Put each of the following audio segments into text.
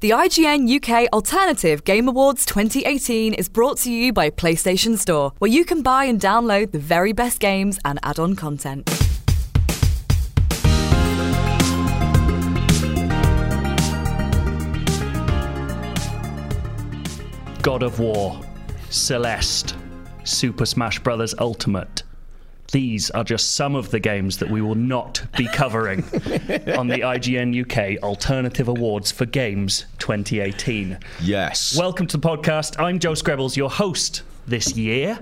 The IGN UK Alternative Game Awards 2018 is brought to you by PlayStation Store, where you can buy and download the very best games and add on content. God of War, Celeste, Super Smash Bros. Ultimate. These are just some of the games that we will not be covering on the IGN UK Alternative Awards for Games 2018. Yes. Welcome to the podcast. I'm Joe Screbbles, your host this year,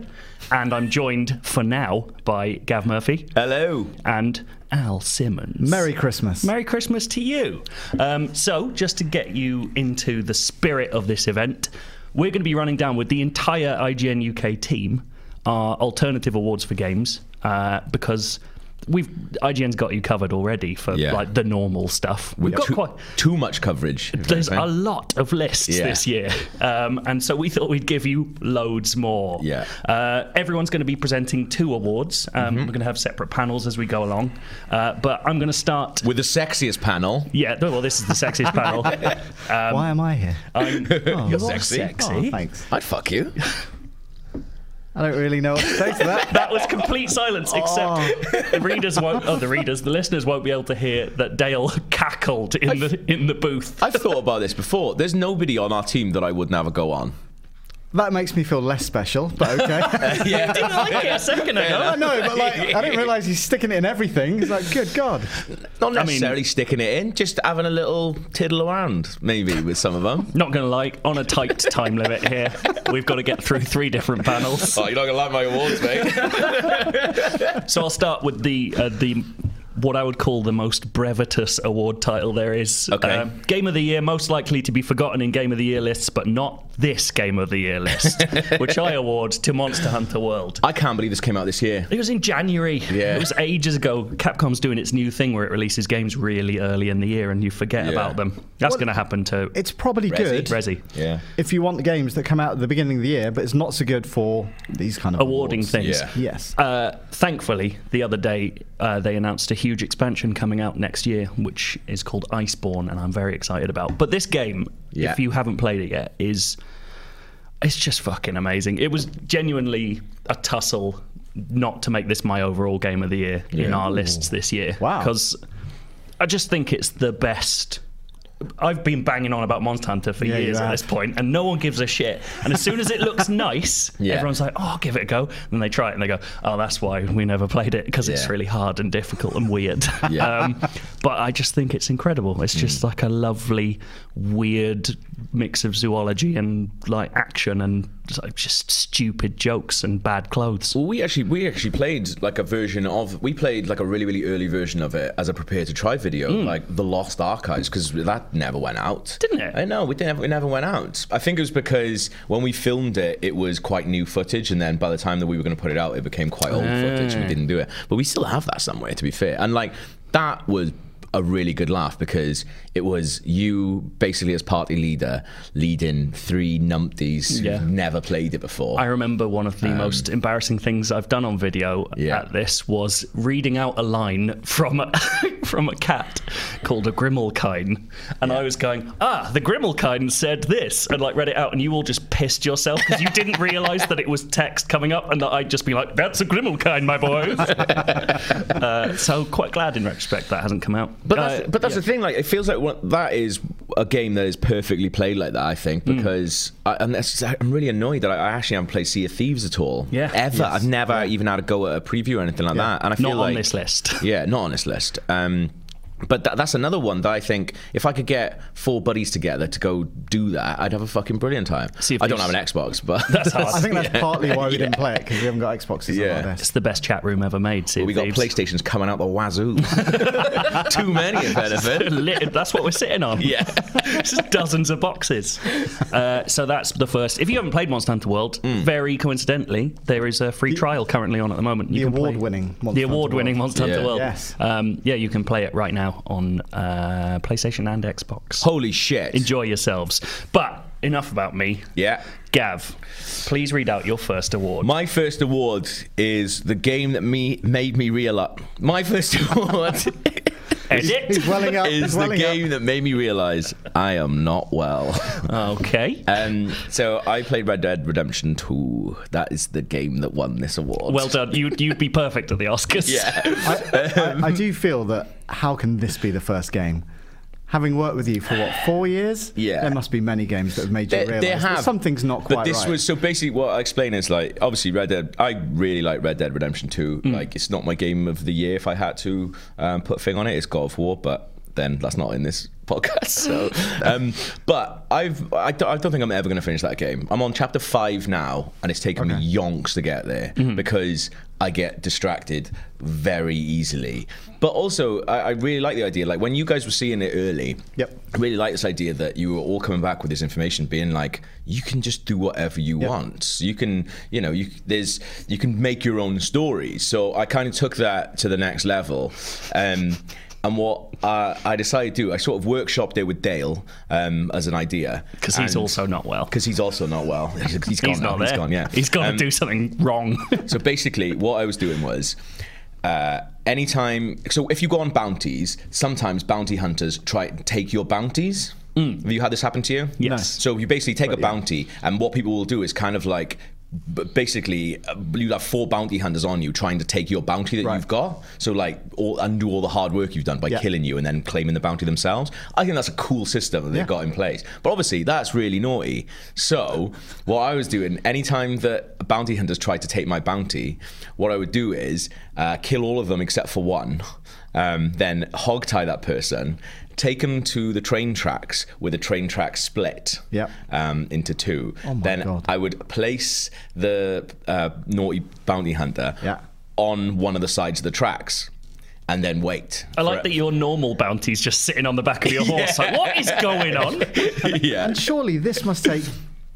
and I'm joined for now by Gav Murphy hello. and Al Simmons. Merry Christmas. Merry Christmas to you. Um, so, just to get you into the spirit of this event, we're going to be running down with the entire IGN UK team our alternative awards for games uh, because we've IGN's got you covered already for Yeah. like the normal stuff. We've We've got too, quite. too much coverage. if There's anything. a lot of lists Yeah. this year, um, and so we thought we'd give you loads more. Yeah. Uh, everyone's going to be presenting two awards. Um, Mm-hmm. We're going to have separate panels as we go along, uh, but I'm going to start With the sexiest panel. yeah, th- well, this is the sexiest panel. Um, Why am I here? Oh, I'm, you're sexy. Oh, thanks. I'd fuck you. I don't really know what to say to that. That was complete silence, Oh. except the readers won't. Oh, the readers, the listeners won't be able to hear that Dale cackled in the in the booth. I've thought about this before. There's nobody on our team that I would never go on. that makes me feel less special, but okay. I didn't like it a second ago. I know, but like, I didn't realise he's sticking it in everything. It's like, good God. Not necessarily sticking it in, just having a little tiddle around, maybe, with some of them. Not gonna lie, on a tight time limit here, we've got to get through three different panels. Oh, you're not gonna like my awards, mate. So I'll start with the uh, the what I would call the most brevetous award title there is. Uh, Okay. Game of the Year, most likely to be forgotten in Game of the Year lists, but not this Game of the Year list, which I award to Monster Hunter World. I can't believe this came out this year. It was in January. Yeah. It was ages ago. Capcom's doing its new thing where it releases games really early in the year and you forget Yeah. about them. That's Well, going to happen to It's probably good Resi. Yeah. if you want the games that come out at the beginning of the year, but it's not so good for these kind of Awarding awards. things. Yeah. Yes. Uh, thankfully, the other day uh, they announced a huge expansion coming out next year, which is called Iceborne, and I'm very excited about. But this game, Yeah. if you haven't played it yet, is it's just fucking amazing. It was genuinely a tussle not to make this my overall game of the year in Yeah. our lists this year. Wow. Because I just think it's the best. I've been banging on about Monster Hunter for you years at have. this point, and no one gives a shit. And as soon as it looks nice, Yeah. everyone's like, "Oh, I'll give it a go." And they try it, and they go, "Oh, that's why we never played it because it's Yeah. really hard and difficult and weird." Yeah. Mm. um, but I just think it's incredible. It's just like a lovely, weird mix of zoology and like action and like, just stupid jokes and bad clothes. Well, we actually we actually played like a version of we played like a really really early version of it as a prepare to try video, like the Lost Archives, because that never went out, Hmm. Didn't it? I know we didn't. It never went out. I think it was because when we filmed it, it was quite new footage, and then by the time that we were going to put it out, it became quite old footage, Ah. and we didn't do it. But we still have that somewhere, to be fair. And like that was. A really good laugh because it was you basically as party leader leading three numpties Yeah. who've never played it before. I remember one of the most embarrassing things I've done on video Um, Yeah. at this was reading out a line from a, from a cat called a grimalkine, and I was going, "Ah, the grimalkine said this," and like read it out, and you all just pissed yourself because you didn't realise that it was text coming up, and that I'd just be like, "That's a grimalkine, my boy." uh, so quite glad in retrospect that hasn't come out. But Uh, that's, but that's the thing. Like, it feels like one, that is a game that is perfectly played like that. I think Hmm. because I, and that's, I'm really annoyed that I, I actually haven't played Sea of Thieves at all. Yeah. ever. I've never even had a go at a preview or anything like that. And I feel not on like this list. yeah, not on this list. Um, but tha that's another one that I think if I could get four buddies together to go do that, I'd have a fucking brilliant time. Sea of I don't Thieves. have an Xbox, but That's hard. I think that's partly why we didn't play it, because we haven't got Xboxes Yeah. on our It's desk. the best chat room ever made. Sea of we got Thieves. PlayStations coming out the wazoo. Too many of benefit. Lit- That's what we're sitting on. Yeah. just dozens of boxes. Uh, so that's the first. If you haven't played Monster Hunter World, Hmm. very coincidentally, there is a free trial currently on at the moment. You the can play- award-winning Monster the Hunter award-winning World. Monster Hunter Yeah. World. Yes. Um, yeah, you can play it right now on uh, PlayStation and Xbox. Holy shit! Enjoy yourselves. But enough about me. Yeah. Gav, please read out your first award. My first award is the game that me made me realize. My first award Edit. He's welling up. is he's the welling up. game that made me realize I am not well. Okay. Um, so I played Red Dead Redemption 2. That is the game that won this award. Well done. You, you'd be perfect at the Oscars. Yeah. I, I do feel that how can this be the first game? Having worked with you for what four years, Yeah. there must be many games that have made you There- realise there that have, something's not quite But this right. was so basically what I explain is like obviously Red Dead. I really like Red Dead Redemption 2. Like it's not my game of the year. If I had to um, put a thing on it, it's God of War. But then that's not in this podcast. So, um, but I've I don't, I don't think I'm ever going to finish that game. I'm on chapter five now, and it's taken me yonks to get there because I get distracted very easily. But also, I, I really like the idea. Like when you guys were seeing it early, Yep. I really like this idea that you were all coming back with this information, being like, you can just do whatever you want. You can, you know, you there's you can make your own story. So I kind of took that to the next level. Um, and what uh, I decided to do, I sort of workshopped it with Dale um, as an idea Because he's also not well. because he's also not well. He's, he's gone. He's now. not there. He's gone. Yeah. He's got to Um, do something wrong. so basically, what I was doing was. Uh, anytime, so if you go on bounties, sometimes bounty hunters try to take your bounties. Have you had this happen to you? Yes. So you basically take a bounty, and what people will do is kind of like, b- basically, uh, you have four bounty hunters on you trying to take your bounty that Right. you've got. So like, all, undo all the hard work you've done by Yeah. killing you and then claiming the bounty themselves. I think that's a cool system that they've Yeah. got in place. But obviously, that's really naughty. So what I was doing, anytime that bounty hunters tried to take my bounty, what I would do is uh, kill all of them except for one. Um, then hogtie that person, take them to the train tracks where the train tracks split Yep. um, into two. Oh my then God. I would place the uh, naughty bounty hunter Yeah. on one of the sides of the tracks and then wait. I for like it- that your normal bounty's just sitting on the back of your horse. Like, what is going on? yeah. and surely this must take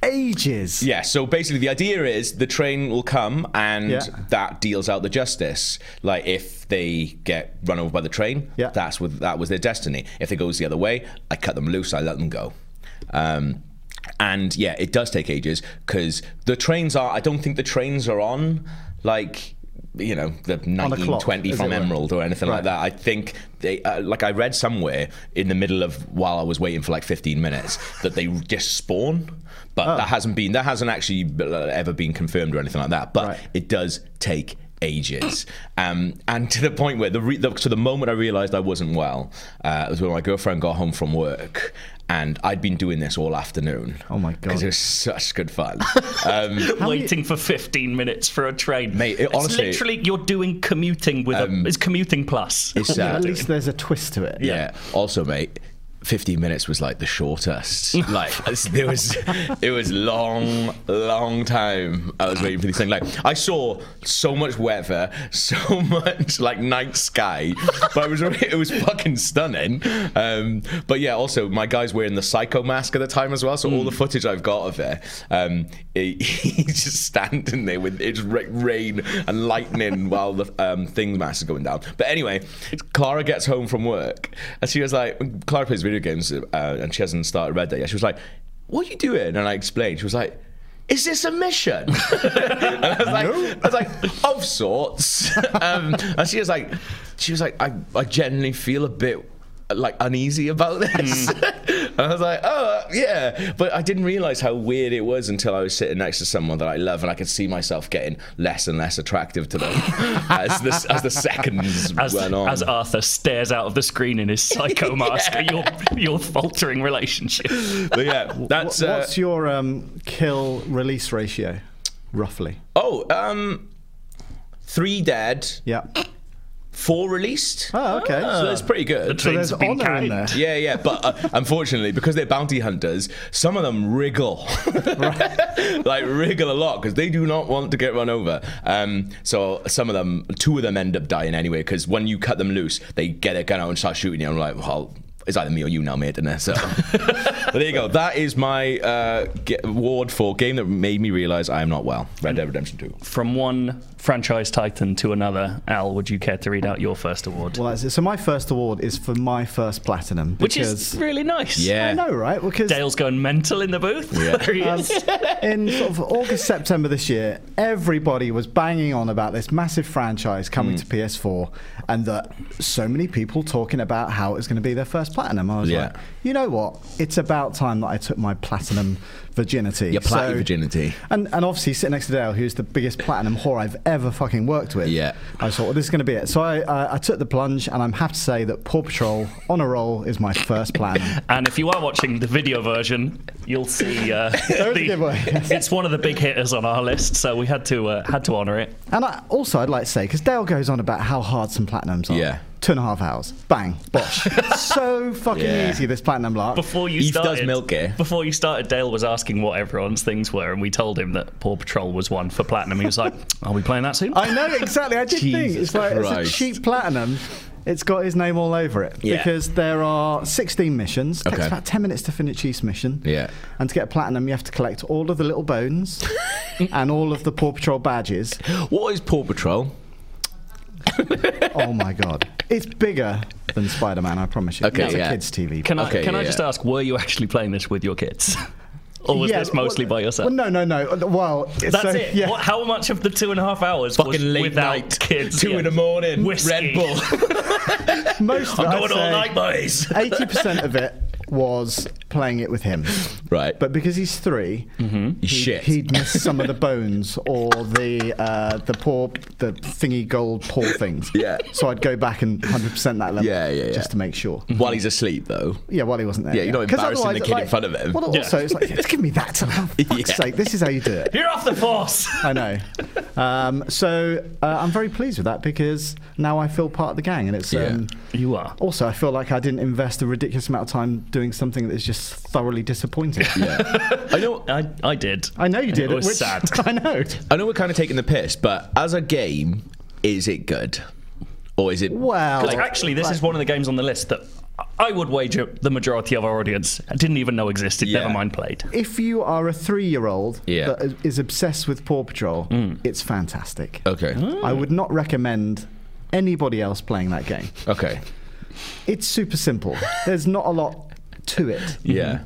ages. Yeah, so basically the idea is the train will come and Yeah. that deals out the justice. Like if they get run over by the train, Yeah. that's what that was their destiny. If it goes the other way, I cut them loose, I let them go. Um and yeah, it does take ages because the trains are. I don't think the trains are on like you know the a nineteen clock, twenty as from it were. Emerald or anything like Right. that. I think they uh, like I read somewhere in the middle of while I was waiting for like fifteen minutes that they just spawn, but Oh. that hasn't been that hasn't actually uh, ever been confirmed or anything like that. But Right. it does take ages um, and to the point where the, re- the so the moment i realized i wasn't well uh, was when my girlfriend got home from work and i'd been doing this all afternoon Oh my God. because it was such good fun um, Waiting for 15 minutes for a train. Mate, it- It's honestly- Um, literally, you're doing commuting with a. It's commuting plus. it's uh, At least there's a twist to it. yeah. Also, mate, 15 minutes was like the shortest. like there was, it was long, long time. I was waiting for this thing. Like I saw so much weather, so much like night sky, but it was it was fucking stunning. Um, but yeah, also my guy's wearing the psycho mask at the time as well. So all the footage I've got of it, um, it- he's just standing there with it's ra- rain and lightning while the um, thing mask is going down. But anyway, Clara gets home from work and she was like, Clara plays video games uh, and she hasn't started Red Dead yet. She was like, "What are you doing?" And I explained. She was like. Is this a mission? and I was like, I was like, of sorts. um, and she was like, she was like, I, I genuinely feel a bit like uneasy about this. Hmm. and I was like, oh yeah, but I didn't realize how weird it was until I was sitting next to someone that I love, and I could see myself getting less and less attractive to them as the as the seconds as, went on. as Arthur stares out of the screen in his psycho mask at your, your faltering relationship. but yeah, that's Wh- uh, What's your um, kill release ratio, roughly? oh um, three dead, Yeah. four released. Oh, okay. so that's pretty The good. trains there's have been honour in kind. there. Yeah, yeah, but uh, unfortunately, because they're bounty hunters, some of them wriggle, like wriggle a lot because they do not want to get run over. Um, so some of them, two of them, end up dying anyway because when you cut them loose, they get a gun out and start shooting you. I'm like, well. It's either me or you now, mate, isn't it? So, but there you go. That is my uh, ge- award for game that made me realise I am not well. Red Dead Redemption Two. From one franchise titan to another, Al, would you care to read out your first award? Well, that's it. So my first award is for my first platinum, Which because- is really nice. Yeah. I know, right? Because Dale's going mental in the booth. Yeah. there he Um, is. in sort of August, September this year, everybody was banging on about this massive franchise coming Mm. to PS4 and that so many people talking about how it was going to be their first platinum. I was Yeah. like, you know what? It's about time that I took my platinum virginity. Your platy virginity. And, and obviously, sitting next to Dale, who's the biggest platinum whore I've ever fucking worked with. Yeah. I thought, well, this is going to be it. So I, I, I took the plunge, and I'm happy to say that Paw Patrol on a roll is my first platinum. And if you are watching the video version, you'll see uh, a giveaway. it's one of the big hitters on our list, so we had to uh, had to honour it. And I, also, I'd like to say because Dale goes on about how hard some platinums are. Yeah. Two and a half hours. Bang. Bosh. so fucking Yeah. easy this platinum lark. Before you Eve does started, milk it. Before you started, Dale was asking what everyone's things were, and we told him that Paw Patrol was one for platinum. He was like, "Are we playing that soon?" I know exactly. I did think Jesus it's like it's Christ. a cheap platinum. It's got his name all over it Yeah. because there are 16 missions. Takes Okay. about 10 minutes to finish each mission. Yeah. And to get a platinum, you have to collect all of the little bones and all of the Paw Patrol badges. What is Paw Patrol? Oh my god, it's bigger than Spider-Man. I promise you. Okay, it's yeah. a kids' TV. Can I Okay, can I yeah, just yeah. ask, were you actually playing this with your kids, or was Yeah, this mostly well, by yourself? Well, no, no, no. Well, That's so, it. Yeah. What, how much of the two and a half hours was Fucking late without night. kids? Two Yeah. in the morning. Whiskey. Red Bull. Most of it, I'm I'd going all say night, boys. 80% of it was playing it with him. right. But because he's 3 Mm-hmm. Shit. he'd miss some of the bones or the uh, the paw, the thingy gold paw things. Yeah. So I'd go back and 100% that level. Yeah, yeah, yeah. Just to make sure. While he's asleep, though. Yeah, while he wasn't there. Yeah, you're not 'Cause embarrassing the otherwise, kid in like- front of him. Well, Yeah. also, it's like, just give me that. For fuck's Yeah. sake, this is how you do it. You're off the force. I know. Um, so uh, I'm very pleased with that because now I feel part of the gang, and it's. Yeah. Um, You are. also, I feel like I didn't invest a ridiculous amount of time doing something that is just thoroughly disappointing. I know. I, I did. I know you did. It was which- sad. I know. I know we're kind of taking the piss, but as a game, is it good, or is it? Well, Because actually, this is one of the games on the list that I would wager the majority of our audience didn't even know existed, Yeah. never mind played. if you are a three-year-old Yeah. that is- is obsessed with Paw Patrol, Mm. it's fantastic. Oh. Okay. I would not recommend anybody else playing that game. Okay. It's super simple. There's not a lot to it. Yeah. Mm-hmm.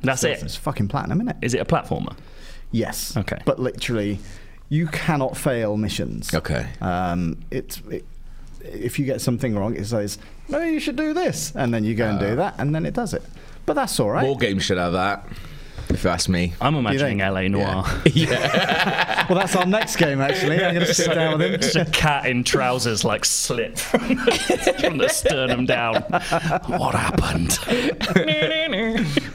That's It's it. fucking platinum, isn't it? Is it a platformer? Yes. Okay. But literally, you cannot fail missions. Okay. Um, it's it, if you get something wrong, it says no, you should do this, and then you go Uh. and do that, and then it does it. But that's all right. More games should have that, if you ask me. I'm imagining think? LA Noir. Well, that's our next game actually. I'm going to sit down with him. Just a cat in trousers, like slip from the, from the sternum down. What happened?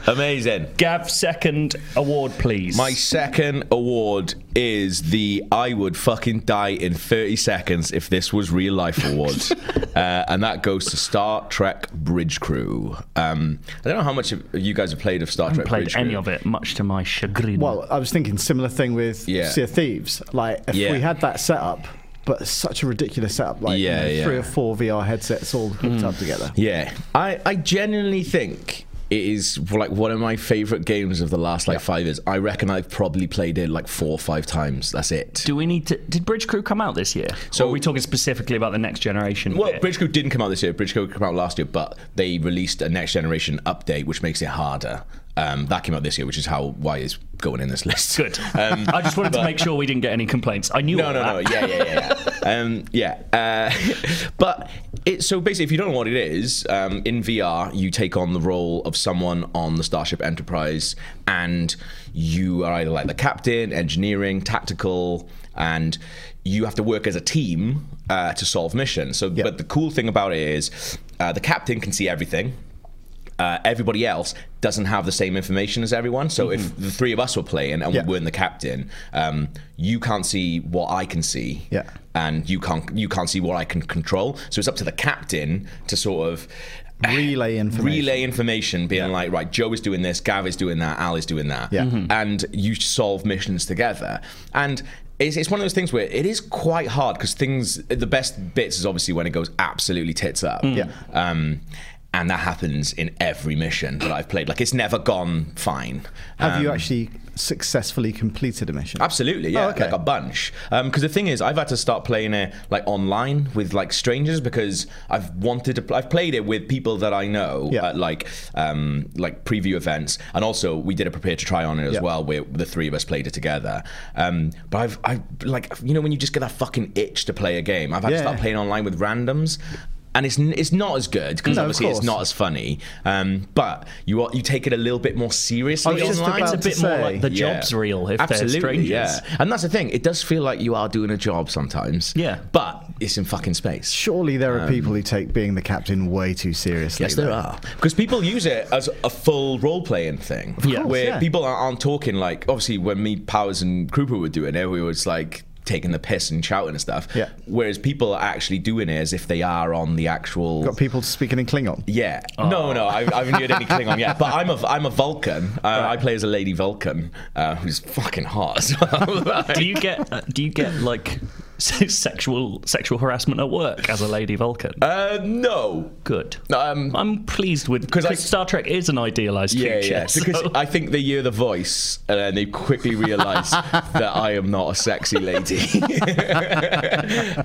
Amazing. Gav, second award, please. My second award is the I would fucking die in 30 seconds if this was real life award. uh, and that goes to Star Trek Bridge Crew. Um, I don't know how much of you guys have played of Star Trek played Bridge any Crew. of it, much to my chagrin. Well, I was thinking similar thing with Yeah. Sea of Thieves. Like if Yeah. we had that setup, but it's such a ridiculous setup, like you Yeah, know, yeah. Hmm. three or four VR headsets all hooked up together. Yeah. I, I genuinely think it is like one of my favorite games of the last like five years. I reckon I've probably played it like four or five times. That's it. Do we need to? Did Bridge Crew come out this year? So So- or are we talking specifically about the next generation? Oh. Well, bit? Bridge Crew didn't come out this year. Bridge Crew came out last year, but they released a next generation update, which makes it harder. Um, that came out this year, which is how why is going in this list. good. Um, I just wanted to make sure we didn't get any complaints. I knew. no, all that. no, no. Yeah, yeah, yeah, yeah. um, yeah. Uh, but it, so basically, if you don't know what it is, um, in VR, you take on the role of someone on the Starship Enterprise, and you are either like the captain, engineering, tactical, and you have to work as a team uh, to solve missions. So, but the cool thing about it is, uh, the captain can see everything uh, everybody else doesn't have the same information as everyone. So if the three of us were playing and Mm-hmm. Yeah. we weren't the captain, um, you can't see what I can see, Yeah. and you can't you can't see what I can control. So it's up to the captain to sort of. Relay information. Relay information, being like, right, Joe is doing this, Gav is doing that, Al is doing that, Yeah. Mhm. and you solve missions together. And it's, it's one of those things where it is quite Mm. hard because things, the best bits is obviously when it goes absolutely tits up. Yeah. Um, and that happens in every mission that I've played. Like it's never gone fine. Have you Um, actually successfully completed a mission? Absolutely, yeah, Oh, okay. like a bunch. Because the thing is, I've had to start playing it like online with like strangers because I've wanted to. Pl- I've played it with people that I know Yeah. at like um, like preview events, and also we did a prepare to try on it as Yeah. well, where the three of us played it together. Um, but I've I like you know when you just get that fucking itch to play a game, I've had to Yeah. start playing online with randoms. And it's, n- it's not as good because No, of obviously it's course. not as funny, um, but you are, you take it a little bit more seriously. just online. it's about a to bit more say- like the Yeah. jobs reel if Absolutely, they're strangers. Yeah. And that's the thing. It does feel like you are doing a job sometimes. Yeah. But it's in fucking space. Surely there are people who take being the captain way too seriously. Um, Yes, there though. are. Because people use it as a full role playing thing. Yeah. course, Where yeah. people aren't- aren't talking like, obviously, when me, Powers, and Krupa were doing it, we was like taking the piss and shouting and stuff. Yeah. Whereas people are actually doing it as if they are on the actual. Got people speaking in Klingon. Yeah. No, no, I, I haven't heard any Klingon yet. But I'm a, I'm a Vulcan. Uh, I play as a lady Vulcan uh, who's fucking hot as well. Do you get uh, do you get like sexual sexual harassment at work as a lady Vulcan? uh, no. Good. Um, I'm pleased with 'Cause because I- Star Trek is an idealized Yeah, future. yeah. so- Because I think they hear the voice and then they quickly realise that I am not a sexy lady.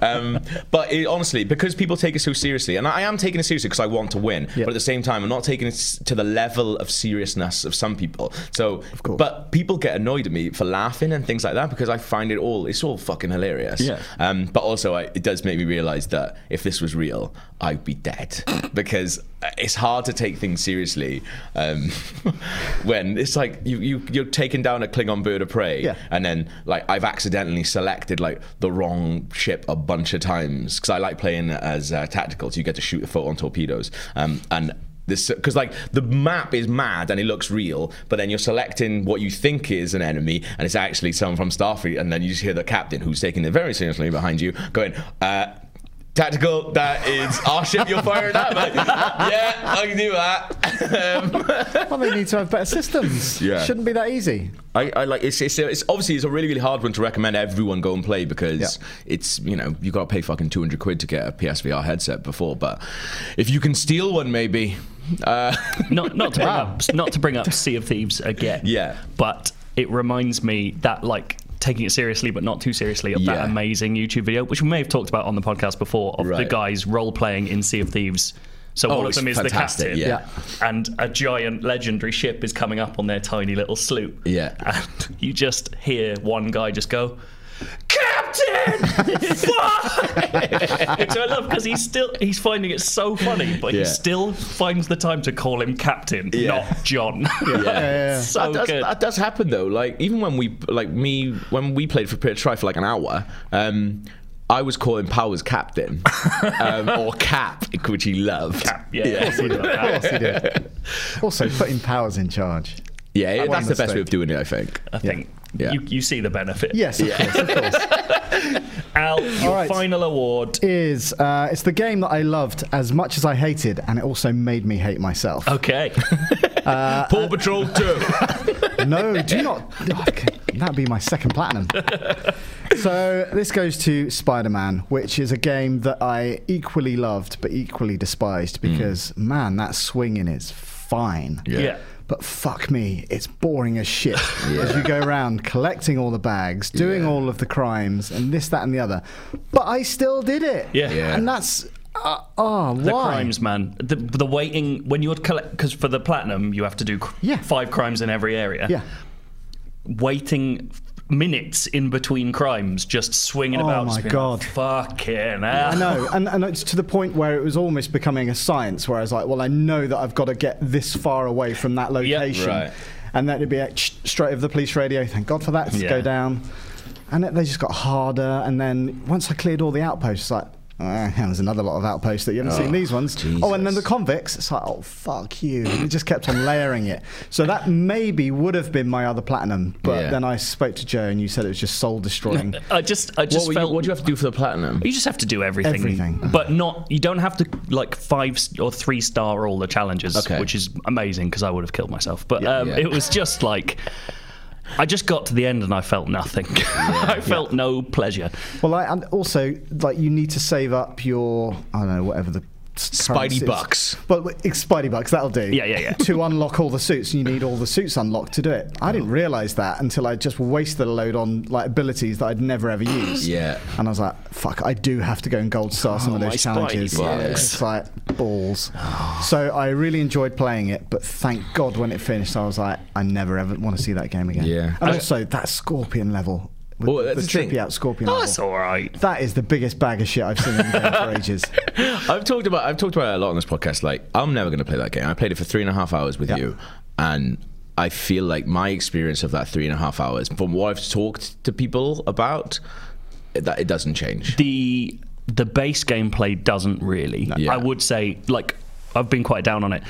um, but it, honestly, because people take it so seriously, and I am taking it seriously because I want to win, Yeah. but at the same time, I'm not taking it s- to the level of seriousness of some people. So, of course. but people get annoyed at me for laughing and things like that because I find it all it's all fucking hilarious. Yeah. Um, but also, I, it does make me realise that if this was real, I'd be dead because uh, it's hard to take things seriously um, when it's like you, you you're taking down a Klingon bird of prey, Yeah. and then like I've accidentally selected like the wrong ship a bunch of times because I like playing as uh, tactical, so you get to shoot the photon torpedoes, um, and this because like the map is mad and it looks real, but then you're selecting what you think is an enemy and it's actually someone from Starfleet, and then you just hear the captain who's taking it very seriously behind you going. Uh, Tactical, that is our ship you're firing at. Like, yeah, I can do that. Um, Well, they need to have better systems. Yeah. Shouldn't be that easy. I, I like it's, it's it's obviously it's a really really hard one to recommend everyone go and play because Yeah. it's you know you got to pay fucking two hundred quid to get a PSVR headset before, but if you can steal one, maybe. Uh, not not to bring up not to bring up Sea of Thieves again. Yeah. But it reminds me that like taking it seriously but not too seriously of Yeah. that amazing YouTube video, which we may have talked about on the podcast before, of the Right. guys role playing in Sea of Thieves. So Oh, one of it's them is the fantastic, captain, yeah. and a giant legendary ship is coming up on their tiny little sloop. Yeah. and you just hear one guy just go, "Captain!" Fuck!" Which I love because he's still he's finding it so funny, but Yeah. he's still still finds the time to call him captain, Yeah. not John. yeah. so that, does, Oh, good. that does happen though. Like even when we like me when we played for Peter Try for like an hour, um, I was calling Powers captain um, or Cap, which he loved. Cap, yeah, of course he does. Also, putting powers in charge. Yeah, That that's was the a best way mistake. of doing it, I think. I think Yeah. you, you see the benefit. Yes, of course, of course. Al, your All right. final award. Is uh, it's the game that I loved as much as I hated, and it also made me hate myself. Okay. Paw Patrol Two. No, do not. Oh, That'd be my second platinum. So this goes to Spider-Man, which is a game that I equally loved but equally despised because man, that swinging is fine. Hmm. yeah. But fuck me, it's boring as shit as you go around collecting all the bags, doing all of the crimes, and this, that, and the other. But I still did it. Yeah. Yeah. And that's uh, oh, The why? crimes, man. The, the waiting when you're collect because for the platinum you have to do cr- Yeah. five crimes in every area. Yeah. Waiting minutes in between crimes, just swinging Oh about. my just being God. like, Fucking I hell. know, and, and it's to the point where it was almost becoming a science, where I was like, well, I know that I've got to get this far away from that location. right. And then it'd be like, "Shh, straight over the police radio, thank God for that, Yeah. go down. And it, they just got harder, and then once I cleared all the outposts, it's like, "Ah, there's another lot of outposts that you haven't seen these ones. Oh, and then the convicts, it's like, oh, fuck you. And it just kept on layering it. So that maybe would have been my other platinum, but Yeah. then I spoke to Joe and you said it was just soul destroying. I just, I just What, were you, felt. what do you have to do for the platinum? You just have to do everything. Everything. But not, you don't have to like five s- or three star all the challenges, Okay. which is amazing because I would have killed myself. But um, yeah. it was just like. I just got to the end and I felt nothing. I felt no pleasure. Well, I, and also like you need to save up your I don't know whatever the currencies. bucks. But w- it's Spidey bucks, that'll do. Yeah, yeah, yeah. to unlock all the suits, you need all the suits unlocked to do it. I didn't realize that until I just wasted a load on like abilities that I'd never ever used. Yeah. And I was like, fuck, I do have to go and gold star some Oh, of my those challenges. Spidey bucks. It's like balls. so I really enjoyed playing it, but thank God when it finished, I was like, I never ever want to see that game again. Yeah. And also that scorpion level. with Oh, the- that's the the thing. trippy out scorpion Oh, level. that's all right. That is the biggest bag of shit I've seen in the game for ages. I've talked about I've talked about it a lot on this podcast. Like, I'm never going to play that game. I played it for three and a half hours with Yeah. you, and I feel like my experience of that three and a half hours, from what I've talked to people about, it- that it doesn't change. the the base gameplay doesn't really. Yeah. I would say like I've been quite down on it.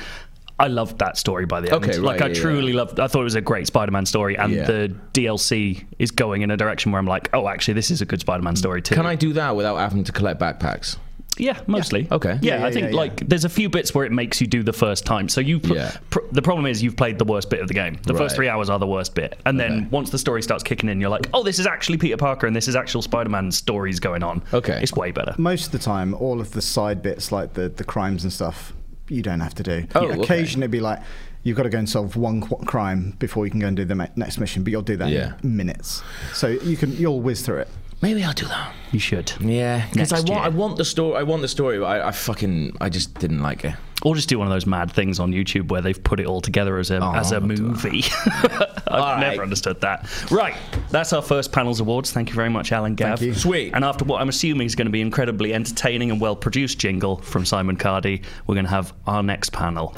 I loved that story by the end. Okay, right, like I yeah, truly loved. I thought it was a great Spider-Man story, and Yeah. the DLC is going in a direction where I'm like, oh, actually, this is a good Spider-Man story too. Can I do that without having to collect backpacks? Yeah, mostly. Okay. Yeah, Yeah, I yeah, think yeah, yeah. like there's a few bits where it makes you do the first time. So you, pr- Yeah. pr- the problem is you've played the worst bit of the game. The Right. first three hours are the worst bit, and Okay. then once the story starts kicking in, you're like, oh, this is actually Peter Parker, and this is actual Spider-Man stories going on. Okay. It's way better. Most of the time, all of the side bits, like the, the crimes and stuff, you don't have to do. Oh, okay. Occasionally, it'd be like, you've got to go and solve one qu- crime before you can go and do the ma- next mission, but you'll do that Yeah. in minutes. So you can, you'll whiz through it. Maybe I'll do that. You should. Yeah, because I Next want year. I want the story. I want the story. But I, I fucking I just didn't like it. Or just do one of those mad things on YouTube where they've put it all together as a, as a movie. I've right. never understood that. Right, that's our first panel's awards. Thank you very much, Alan Gav. Thank you. Sweet. And after what I'm assuming is going to be incredibly entertaining and well produced jingle from Simon Cardy, we're going to have our next panel.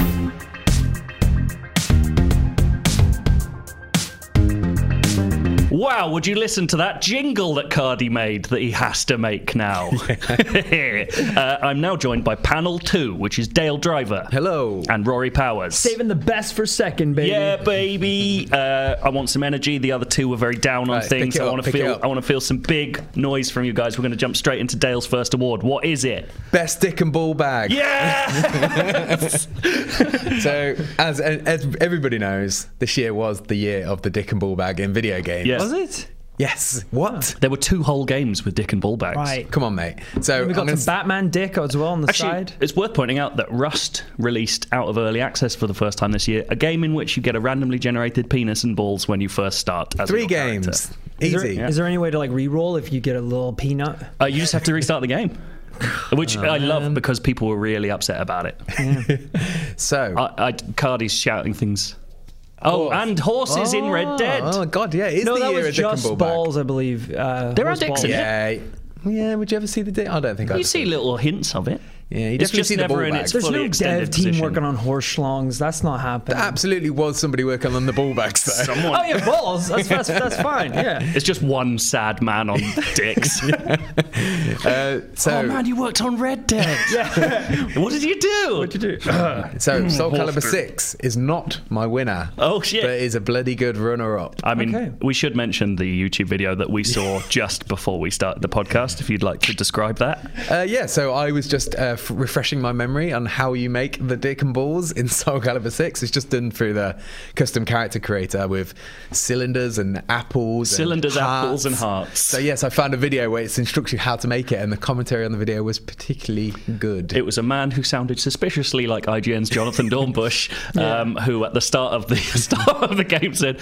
Wow, would you listen to that jingle that Cardi made that he has to make now? uh, I'm now joined by panel two, which is Dale Driver. Hello. And Rory Powers. Saving the best for second, baby. yeah, baby. Uh, I want some energy. The other two were very down on Right, things. pick it I up, want to pick it feel. up. I want to feel some big noise from you guys. We're going to jump straight into Dale's first award. What is it? Best dick and ball bag. Yeah. So, as, as everybody knows, this year was the year of the dick and ball bag in video games. Yeah. Was it? Yes. What? there were two whole games with dick and ball bags. Right. Come on, mate. So, We I'm got gonna some Batman dick as well on the Actually, side. it's worth pointing out that Rust released out of early access for the first time this year a game in which you get a randomly generated penis and balls when you first start. As three your character. games. Is there, Easy. is there any way to like re-roll if you get a little peanut? Uh, you just have to restart the game, which I love because people were really upset about it. So, I, I, Cardi's shouting things. Oh, and horses in Red Dead. Oh God, yeah, it is No, the that year was of dick just and ball balls, I believe. Uh, There are was dicks balls. in it. bag. Yeah, yeah. Would you ever see the dick? I don't think I. you see little hints of it. Yeah, you It's definitely just see the never ball in bag. its There's There's fully no extended dev team position. working on horse schlongs. That's not happening. Absolutely, was somebody working on the ball bags though. Someone. Oh yeah, balls. That's that's, that's fine. Yeah. It's just one sad man on dicks. Uh, so, oh man, you worked on Red Dead. What did you do? What did you do? so Soul Hmm. horse Calibur poop. Six is not my winner. Oh, shit. But it is a bloody good runner-up. I mean, Okay. we should mention the YouTube video that we saw just before we started the podcast. If you'd like to describe that, Uh, yeah, so I was just uh, f- refreshing my memory on how you make the dick and balls in Soul Calibur 6. It's just done through the custom character creator with cylinders and apples. Cylinders, and apples, and hearts. So, yes, I found a video where it instructs you how to make it, and the commentary on the video was particularly good. it was a man who sounded suspiciously like IGN's Jonathan Dornbush, um, who at the start of the start of the game said,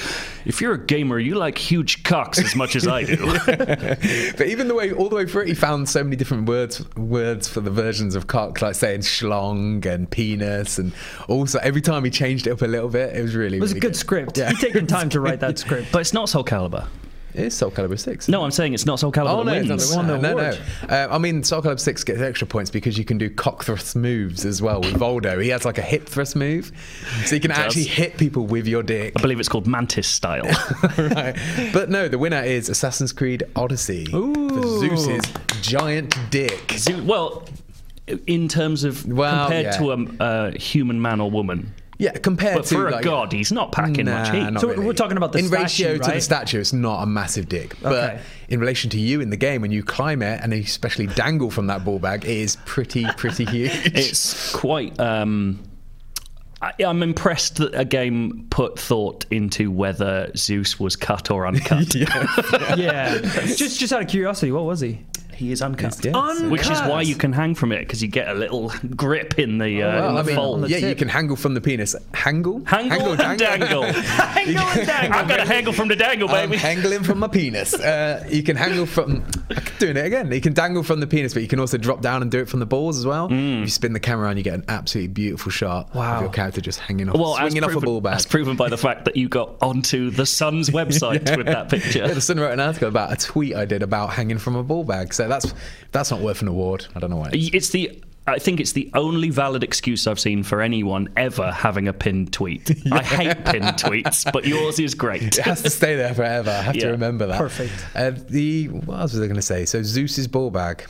"If you're a gamer, you like huge cocks as much as I do." but even the way, all the way through it, he found so many different words words for the versions of cock, like saying schlong and penis, and also every time he changed it up a little bit, it was really, It was a really good script. You taken time to write that script. but it's not Soul Calibur. It is Soul Calibur 6. No, I'm saying it's not Soul Calibur. Oh that no, it's not wins. the winner. no, no. Uh, I mean, Soul Club Six gets extra points because you can do cock thrust moves as well with Voldo. He has like a hip thrust move, so you can actually hit people with your dick. I believe it's called Mantis Style. right. But no, the winner is Assassin's Creed Odyssey for Zeus's giant dick. Do- well, in terms of Well, compared yeah. to a um, uh, human man or woman, Yeah, compared but to for a like, god, he's not packing Nah, much heat. not So really. we're talking about the in ratio statue, to the right? statue, it's not a massive dick, but Okay. in relation to you in the game, when you climb it and especially dangle from that ball bag, it is pretty, pretty huge. it's quite. Um, I, I'm impressed that a game put thought into whether Zeus was cut or uncut. yeah. Just just out of curiosity, what was he? He is uncut. Yes, yes. Which is why you can hang from it because you get a little grip in the, uh, in Well, the I mean, fold. yeah, you can hangle from the penis. Hangle? Hangle and dangle. Hangle and dangle. I've got a hangle from the dangle, I'm baby. hangling from my penis. Uh, you can hangle from. I'm doing it again. You can dangle from the penis, but you can also drop down and do it from the balls as well. Mm. If you spin the camera around, you get an absolutely beautiful shot Wow. of your character just hanging off, well, as swinging off proven, a ball bag. as proven by the fact that you got onto the Sun's website with that picture. Yeah, the Sun wrote an article about a tweet I did about hanging from a ball bag. So that's that's not worth an award. I don't know why. It's the. I think it's the only valid excuse I've seen for anyone ever having a pinned tweet. I hate pinned tweets, but yours is great. It has to stay there forever. I have Yeah. to remember that. Perfect. Uh, the what else was I going to say? So Zeus's ball bag.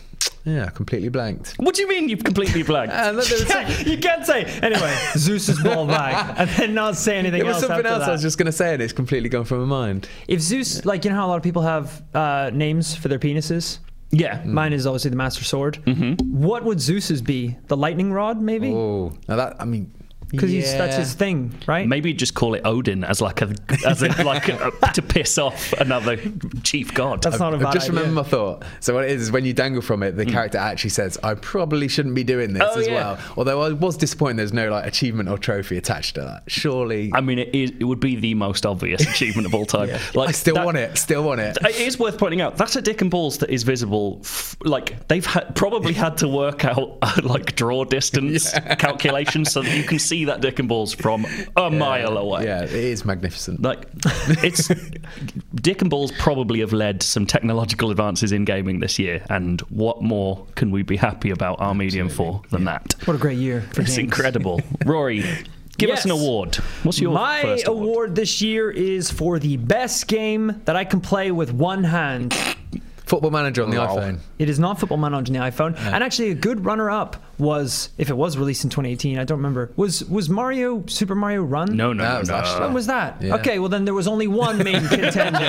Yeah, completely blanked. What do you mean you've completely blanked? And then there was some- you can't say anyway. Zeus's ball bag, and then not say anything there was else. something after else I was that. just going to say, and it's completely gone from my mind. If Zeus, like you know how a lot of people have uh, names for their penises. yeah. Mm-hmm. Mine is obviously the Master Sword. What would Zeus's be? The lightning rod, maybe? Oh, now that I mean, Because yeah. that's his thing, right? Maybe just call it Odin as like a as a, like a, to piss off another chief god. That's not a bad I've just idea. remembered my thought. So what it is is when you dangle from it, the character actually says, "I probably shouldn't be doing this Oh, as yeah. well." Although I was disappointed there's no like achievement or trophy attached to that. Surely, I mean, it is. It would be the most obvious achievement of all time. I still that- want it. Still want it. It is worth pointing out that's a dick and balls that is visible. F- like they've ha- probably had to work out uh, like draw distance calculations so that you can see that dick and balls from a mile away. Yeah, it is magnificent. Like it's Dick and Balls probably have led to some technological advances in gaming this year, and what more can we be happy about our medium for than that? what a great year for It's games. incredible. Rory, give us an Yes. award. What's your My first award? this year is for the best game that I can play with one hand. Football Manager on the iPhone. It is not Football Manager on the iPhone, and actually a good runner-up was, if it was released in 2018, I don't remember, was was Mario Super Mario Run? No, no, That no, was no. last year. When was that? Yeah. Okay, well then there was only one main contender,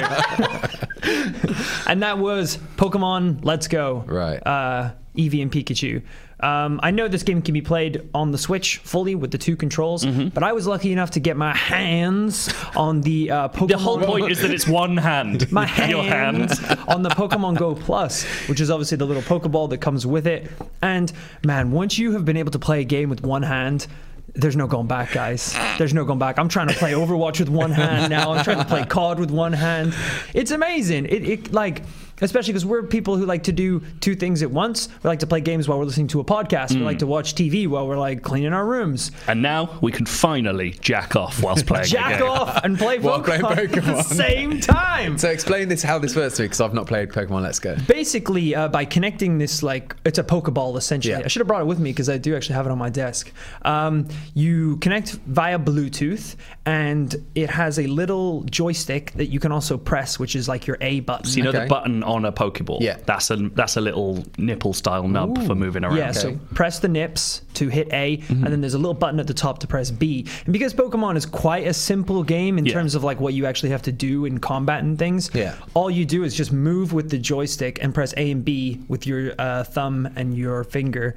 and that was Pokemon Let's Go. Right. Uh, Eevee and Pikachu. Um, I know this game can be played on the Switch fully with the two controls, Mm-hmm. but I was lucky enough to get my hands on the uh, Pokemon. The whole point is that it's one hand. my Your hand. hands on the Pokemon Go Plus, which is obviously the little Pokeball that comes with it. And man, once you have been able to play a game with one hand, there's no going back, guys. There's no going back. I'm trying to play Overwatch with one hand now. I'm trying to play COD with one hand. It's amazing. It, it like. Especially because we're people who like to do two things at once. We like to play games while we're listening to a podcast. We Hmm. like to watch TV while we're like cleaning our rooms. And now we can finally jack off whilst playing. Jack the game. off and play While Pokemon, playing at the Pokemon. same time. So explain this how this works to me because I've not played Pokemon Let's Go. basically uh, by connecting this like it's a pokeball essentially Yeah. i should have brought it with me because i do actually have it on my desk um, you connect via bluetooth and it has a little joystick that you can also press which is like your a button So you know the Okay. button on a Pokeball. Yeah. that's a that's a little nipple style nub for moving around. yeah, so press the nips to hit A, Mm-hmm. and then there's a little button at the top to press B. And because Pokemon is quite a simple game in Yeah. terms of like what you actually have to do in combat and things, Yeah. all you do is just move with the joystick and press A and B with your uh, thumb and your finger,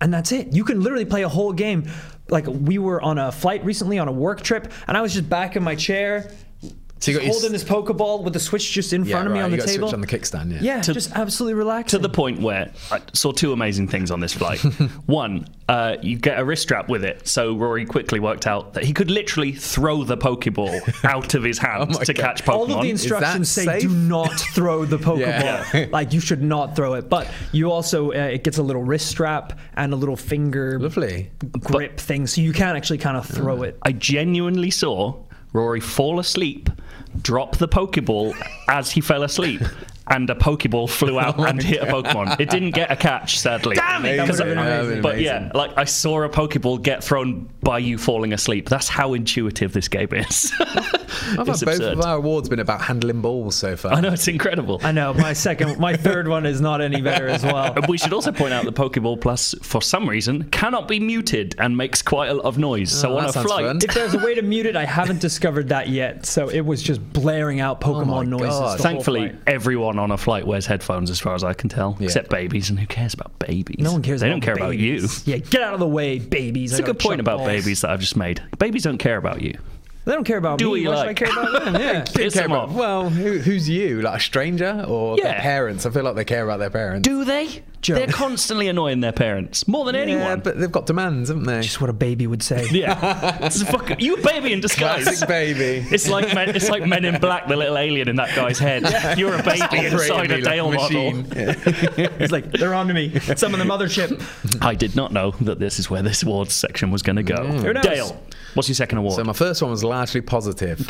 and that's it. You can literally play a whole game. Like we were on a flight recently on a work trip, and I was just back in my chair. So you got your holding s- this Pokeball with the switch just in Yeah, front of me right, on you the got table. Switch on the kickstand. Yeah. yeah, just absolutely to relaxing. the point where I saw two amazing things on this flight. One, uh, you get a wrist strap with it, so Rory quickly worked out that he could literally throw the Pokeball out of his hand my to God. catch Pokemon. Oh All of the instructions say do not throw the Pokeball. Yeah. Yeah. Like you should not throw it. But you also uh, it gets a little wrist strap and a little finger Lovely. grip thing, so you can actually kind of throw it. I genuinely saw Rory fall asleep, drop the Pokeball as he fell asleep. And a Pokeball flew out and hit a Pokemon. It didn't get a catch, sadly. Oh Damn it! That Because would've been Amazing. amazing. Amazing. But yeah, like I saw a Pokeball get thrown by you falling asleep. That's how intuitive this game is. I've it's had both absurd. of our awards been about handling balls so far. I know it's incredible. I know. My second, my third one is not any better as well. And we should also point out that Pokeball Plus, for some reason, cannot be muted and makes quite a lot of noise. so Oh, on that a sounds flight, fun. If there's a way to mute it, I haven't discovered that yet. So it was just blaring out Pokemon my noises. God. the whole Oh thankfully, flight. everyone on a flight wears headphones, as far as I can tell, except babies. And who cares about babies? no one cares. They don't about care babies. about you. Yeah, get out of the way, babies. It's a good point about babies that I've just made. Babies don't care about you. They don't care about Do me. we Why like- should I care about them? Yeah. Piss care them about- off. Well, who, who's you? Like a stranger or Yeah. their parents? I feel like they care about their parents. Do they? Joe. They're constantly annoying their parents more than yeah, anyone. but they've got demands, haven't they? Just what a baby would say. yeah, it's a fucking, you a baby in disguise. Classic baby. It's like men, it's like Men in Black, the little alien in that guy's head. You're a baby inside a Operating Dale like model. machine. Yeah. It's like, they're onto me. Summon the mothership. I did not know that this is where this awards section was going to go. knows? Dale, what's your second award? So my first one was largely positive.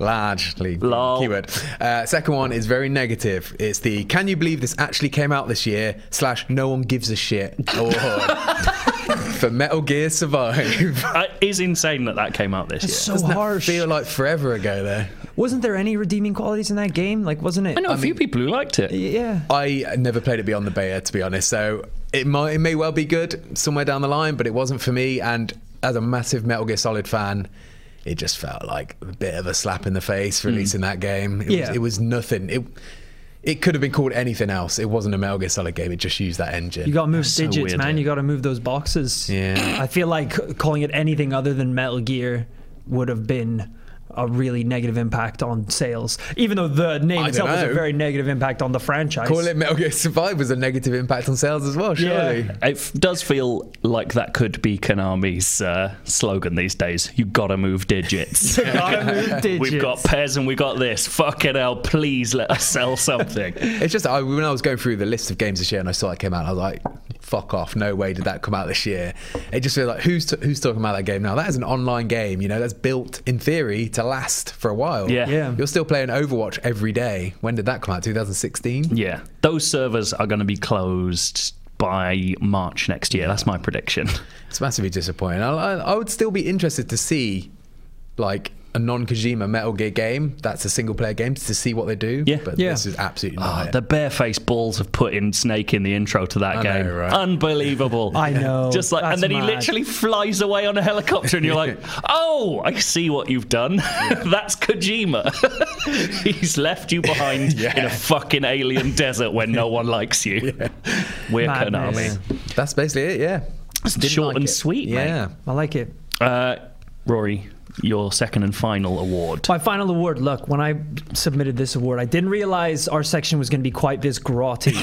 largely. Lol. Keyword. Uh, second one is very negative. It's the Can You Believe This Actually Came Out This Year slash No One Gives a Shit award for Metal Gear Survive. Uh, it is insane that that came out this year. It's so Doesn't that harsh. feel like forever ago there? Wasn't there any redeeming qualities in that game? Like, wasn't it? I know a few people who liked it. Yeah. I never played it beyond the beta, to be honest. So it might, it may well be good somewhere down the line, but it wasn't for me. And as a massive Metal Gear Solid fan, it just felt like a bit of a slap in the face releasing that game. It, Hmm. Yeah. was, it was nothing. It it could have been called anything else. It wasn't a Metal Gear Solid game. It just used that engine. You gotta move so digits, weird, man. though. You gotta move those boxes. Yeah. I feel like c- calling it anything other than Metal Gear would have been a really negative impact on sales. Even though the name I itself was a dunno. very negative impact on the franchise. Call it Metal Gear Survive was a negative impact on sales as well, Yeah. surely. It f- does feel like that could be Konami's uh, slogan these days. You gotta move digits. Gotta move digits. We've got pairs and we got this. Fucking hell, please let us sell something. It's just I, when I was going through the list of games this year and I saw it came out, I was like, "Fuck off! No way did that come out this year." It just feels like who's t- who's talking about that game now? That is an online game, you know, that's built in theory to last for a while. Yeah. Yeah. You're still playing Overwatch every day. When did that come out? 2016. Yeah, those servers are going to be closed by March next year. That's my prediction. It's massively disappointing. I, I, I would still be interested to see, like. A non-Kojima Metal Gear game that's a single-player game to see what they do. Yeah. but Yeah. this is absolutely Ah, not. it. the barefaced balls have put in Snake in the intro to that Oh, I game. know, right? Unbelievable. I know. Just like, and That's then mad. he literally flies away on a helicopter, and you're like, "Oh, I see what you've done. That's Kojima. He's left you behind in a fucking alien desert where no one likes you. We're Madness. Konami. That's basically it. Yeah, Didn't Short like and it. sweet, mate. Yeah, I like it. Uh, Rory, your second and final award. My final award. Look, when I submitted this award, I didn't realize our section was going to be quite this grotty.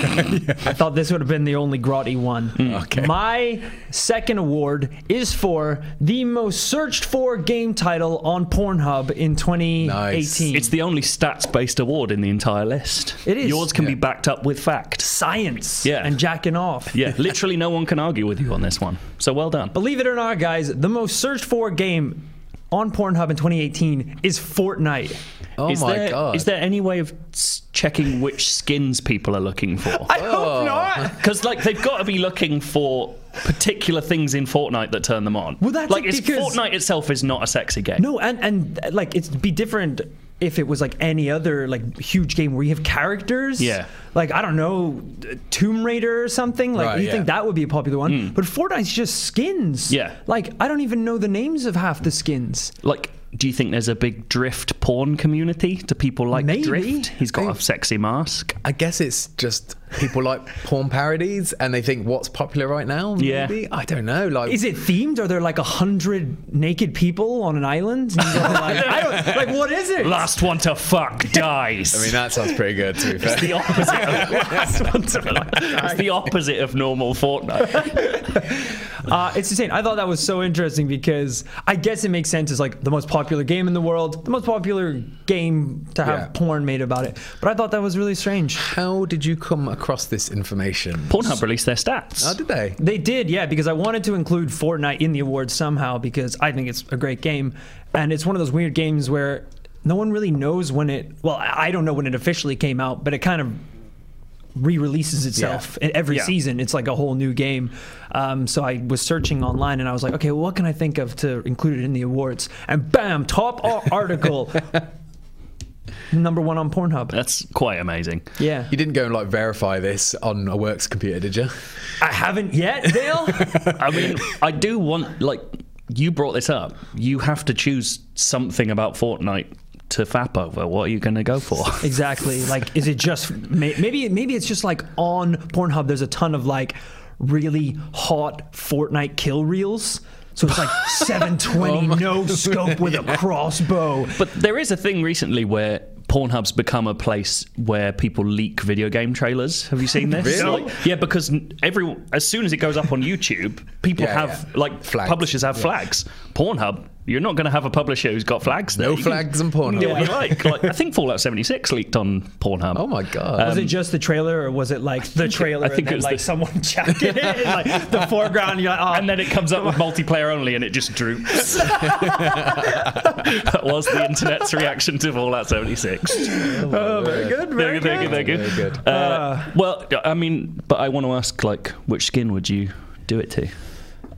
I thought this would have been the only grotty one. Hmm, okay. My second award is for the most searched for game title on Pornhub in 2018. It's the only stats-based award in the entire list. It is. Yours can be Yeah. backed up with fact. science Yeah. and jacking off. Yeah, literally no one can argue with you on this one. So well done. Believe it or not, guys, the most searched for game on Pornhub in 2018 is Fortnite. Oh is my there, god! Is there any way of s- checking which skins people are looking for? I Oh. hope not. Because like they've got to be looking for particular things in Fortnite that turn them on. Well, that's like it, it's- because- Fortnite itself is not a sexy game. No, and and uh, like it'd be different if it was like any other like huge game where you have characters. Yeah. Like I don't know, uh, Tomb Raider or something. Like Right, you yeah. think that would be a popular one, but Fortnite's just skins. Yeah. Like I don't even know the names of half the skins. Like, do you think there's a big drift porn community? Do people like Maybe. drift? He's got Maybe. a sexy mask. I guess it's just people like porn parodies and they think what's popular right now. Yeah. Maybe? I don't know. Like, Is it themed? Are there like a hundred naked people on an island? And you gotta, like, I don't, like what is it? Last one to fuck dies. I mean, that sounds pretty good. To be fair, the opposite of It's the opposite of normal Fortnite. Uh, it's insane. I thought that was so interesting because I guess it makes sense. It's like the most popular game in the world, the most popular game to have Yeah. porn made about it. But I thought that was really strange. how did you come across this information? Pornhub released their stats. How did they? They did, yeah, because I wanted to include Fortnite in the awards somehow because I think it's a great game. And it's one of those weird games where no one really knows when it, well, I I don't know when it officially came out, but it kind of re releases itself e- every Yeah. season. It's like a whole new game. Um, so I was searching online and I was like, okay, what can I think of to include it in the awards? And bam, top ar- article. Number one on Pornhub. That's quite amazing. Yeah. You didn't go and like verify this on a works computer, did you? I haven't yet, Dale. I mean, I do want like you brought this up. You have to choose something about Fortnite to fap over. What are you going to go for? Exactly. Like, is it just may- maybe? Maybe it's just like on Pornhub. There's a ton of like really hot Fortnite kill reels. So it's like 720 no scope with a crossbow. But there is a thing recently where Pornhub's become a place where people leak video game trailers. Have you seen this? Really? Like, yeah, because n- every as soon as it goes up on YouTube, people Yeah, have yeah. like Flags. publishers have flags. Pornhub, you're not going to have a publisher who's got flags. There. No You can flags on Pornhub. do what you like. Like, I think Fallout 76 leaked on Pornhub. Um, Oh my god. Was it just the trailer, or was it like the trailer? I think and it then, was like the- someone jacked it, in, like the foreground. You're like, oh, And then it comes up with multiplayer only, and it just droops. that was the internet's reaction to Fallout 76. oh, very good, Very very good, very good, good. very good. Very good. Uh, well, I mean, but I want to ask, like, which skin would you do it to?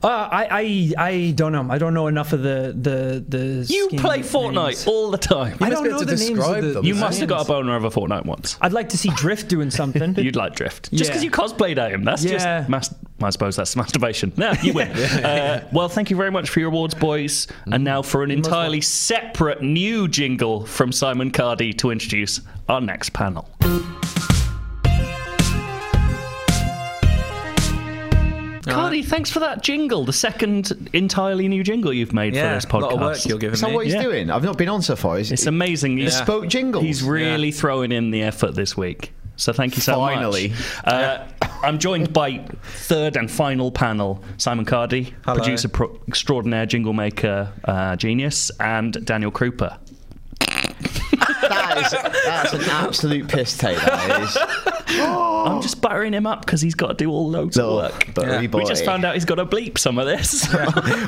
Uh, I, I, I don't know. I don't know enough of the the the. You skin play names. Fortnite all the time. I must don't be know able to the names describe of the, them. You Yeah. must have got a boner over Fortnite once. I'd like to see Drift doing something. You'd like drift just because Yeah. you cosplayed at him. That's Yeah. just mas- I suppose that's masturbation. No, you win. uh, well, thank you very much for your awards, boys. And now for an entirely separate new jingle from Simon Cardi to introduce our next panel. Cardi, thanks for that jingle, the second entirely new jingle you've made for Yeah, this a lot of work podcast. you're giving Is that me. what he's Yeah. doing? I've not been on so far. Is it's amazing. You bespoke jingles. He's really throwing in the effort this week. So thank you so Finally. much. Uh, I'm joined by third and final panel Simon Cardi, Hello. producer pro- extraordinaire, jingle maker, uh, genius, and Daniel Krupa. that is that's an absolute piss take. That is I'm just buttering him up because he's got to do all loads little of work. buttery boy. We just found out he's got to bleep some of this.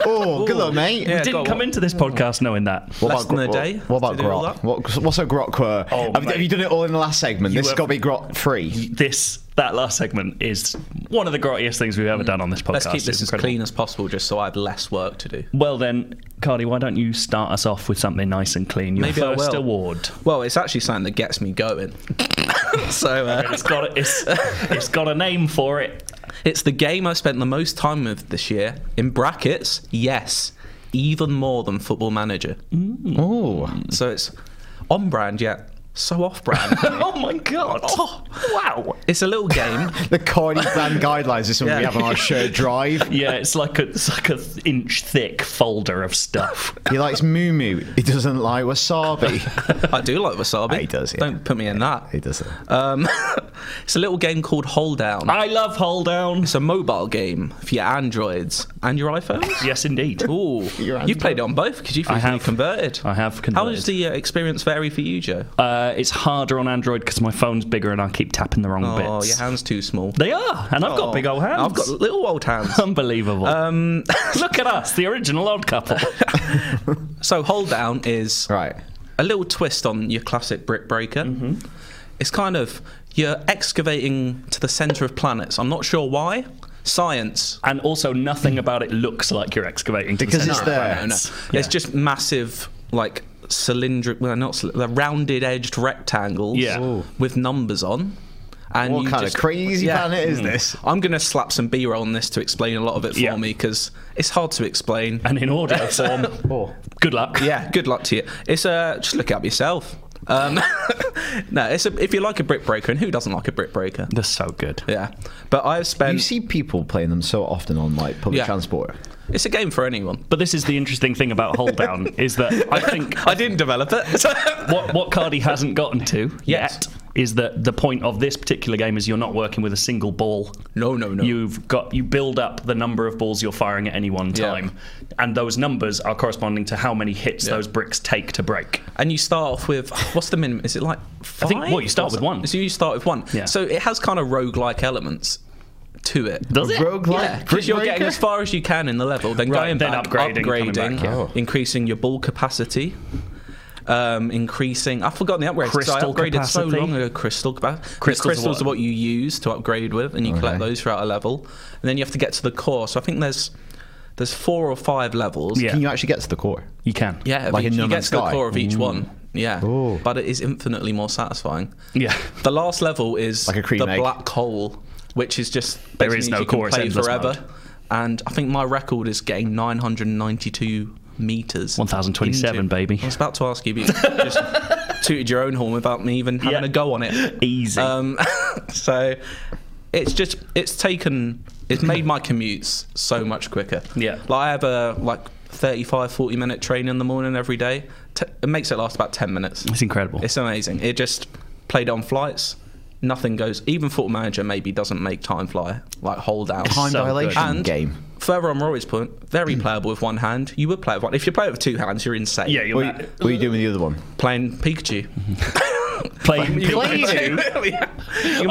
Oh, good luck, mate. Yeah, Didn't got come one. into this podcast knowing that. What Less than a Grok- day What, what about to do all grot? that. What, what's a grot quirk? Oh, have, have mate. you done it all in the last segment? this has have- got to be grot free. This that last segment is one of the grottiest things we've ever done on this podcast. Let's keep this It's as incredible. clean as possible, just so I have less work to do. Well then, Cardi, why don't you start us off with something nice and clean? Your Maybe I first will. award. Well, it's actually something that gets me going. so uh, It's got a, it's, it's got a name for it. it's the game I've spent the most time with this year. In brackets, yes, even more than Football Manager. Mm. Oh, So it's on brand yet so off brand. Oh my god! Oh, wow! it's a little game. the Cardi brand guidelines is something we Yeah. have on our shared drive. Yeah, it's like a it's like a th- inch thick folder of stuff. He likes moo moo. He doesn't like wasabi. I do like wasabi. He does, yeah. Don't put me in that. he doesn't. Um, it's a little game called Hold Down. I love hold down. It's a mobile game for your Androids and your iPhones. Yes, indeed. Ooh, you've played it on both because you've I recently have. converted. I have How converted. does the uh, experience vary for you, Joe? Uh, it's harder on Android because my phone's bigger and I keep tapping the wrong Oh, bits. your hand's too small. They are, and I've Oh, got big old hands. I've got little old hands. unbelievable. um, Look at us, the original odd couple. so Hold Down is Right. Mm-hmm. a little twist on your classic brick breaker. It's kind of you're excavating to the center of planets. I'm not sure why. Science. and also, nothing about it looks like you're excavating to the Because centre it's of there. planet. No, no. It's just massive, like cylindrical. Well, not cylind- they're rounded-edged rectangles Yeah. Ooh. with numbers on. And What you kind just- of crazy Yeah. Hmm. planet is this? I'm going to slap some B-roll on this to explain a lot of it for Yeah. me because it's hard to explain. and in audio form. Oh. Good luck. yeah, good luck to you. It's uh, just look it up yourself. Um, no, it's a, if you like a brick breaker, and who doesn't like a brick breaker? That's so good. Yeah, but I've spent. You see people playing them so often on like public Yeah. transport. it's a game for anyone. But this is the interesting thing about Hold Down is that I think I didn't develop it. what what Cardi hasn't gotten to Yes. yet is that the point of this particular game is you're not working with a single ball. No, no, no. You've got you build up the number of balls you're firing at any one Yeah. time, and those numbers are corresponding to how many hits those bricks take to break. and you start off with what's the minimum? Is it like five? think- well, you start with one. So you start with one. Yeah. So it has kind of roguelike elements to it. Oh, Does it? Roguelike? Yeah, because you're getting as far as you can in the level, then Right, going then back, upgrading, upgrading, coming back, yeah. Oh. increasing your ball capacity, um, increasing. I've forgotten the upgrades. 'cause I Crystal upgraded capacity? so long ago. Crystal capacity. Crystals are crystals what- are what you use to upgrade with, and you collect those throughout a level, and then you have to get to the core. So I think there's there's four or five levels. Yeah. Can you actually get to the core? You can. Yeah, Like like in No you get Man's to the Sky. core of each Mm. one. Yeah, but it is infinitely more satisfying. Yeah. The last level is Like a cream the egg. black hole, which is just There basically is no you can core, it's play endless forever. mode. And I think my record is getting 992 meters. 1027, into- baby. I was about to ask you, but you just tooted your own horn without me even having Yeah. a go on it. Easy. Um, so it's just it's taken it's made my commutes so much quicker. Yeah. Like I have a like 35, 40 minute train in the morning every day. T- it makes it last about 10 minutes. It's incredible. It's amazing. It just played on flights. Nothing goes. Even Football Manager maybe doesn't make time fly. Like hold out. Time so dilation good. And- game. Further on Rory's point, Mm. very playable with one hand. You would play it with one. If you play it with two hands, you're insane. yeah, you're What, you- what are you doing with the other one? Playing Pikachu. playing. You play two. Yeah. you, can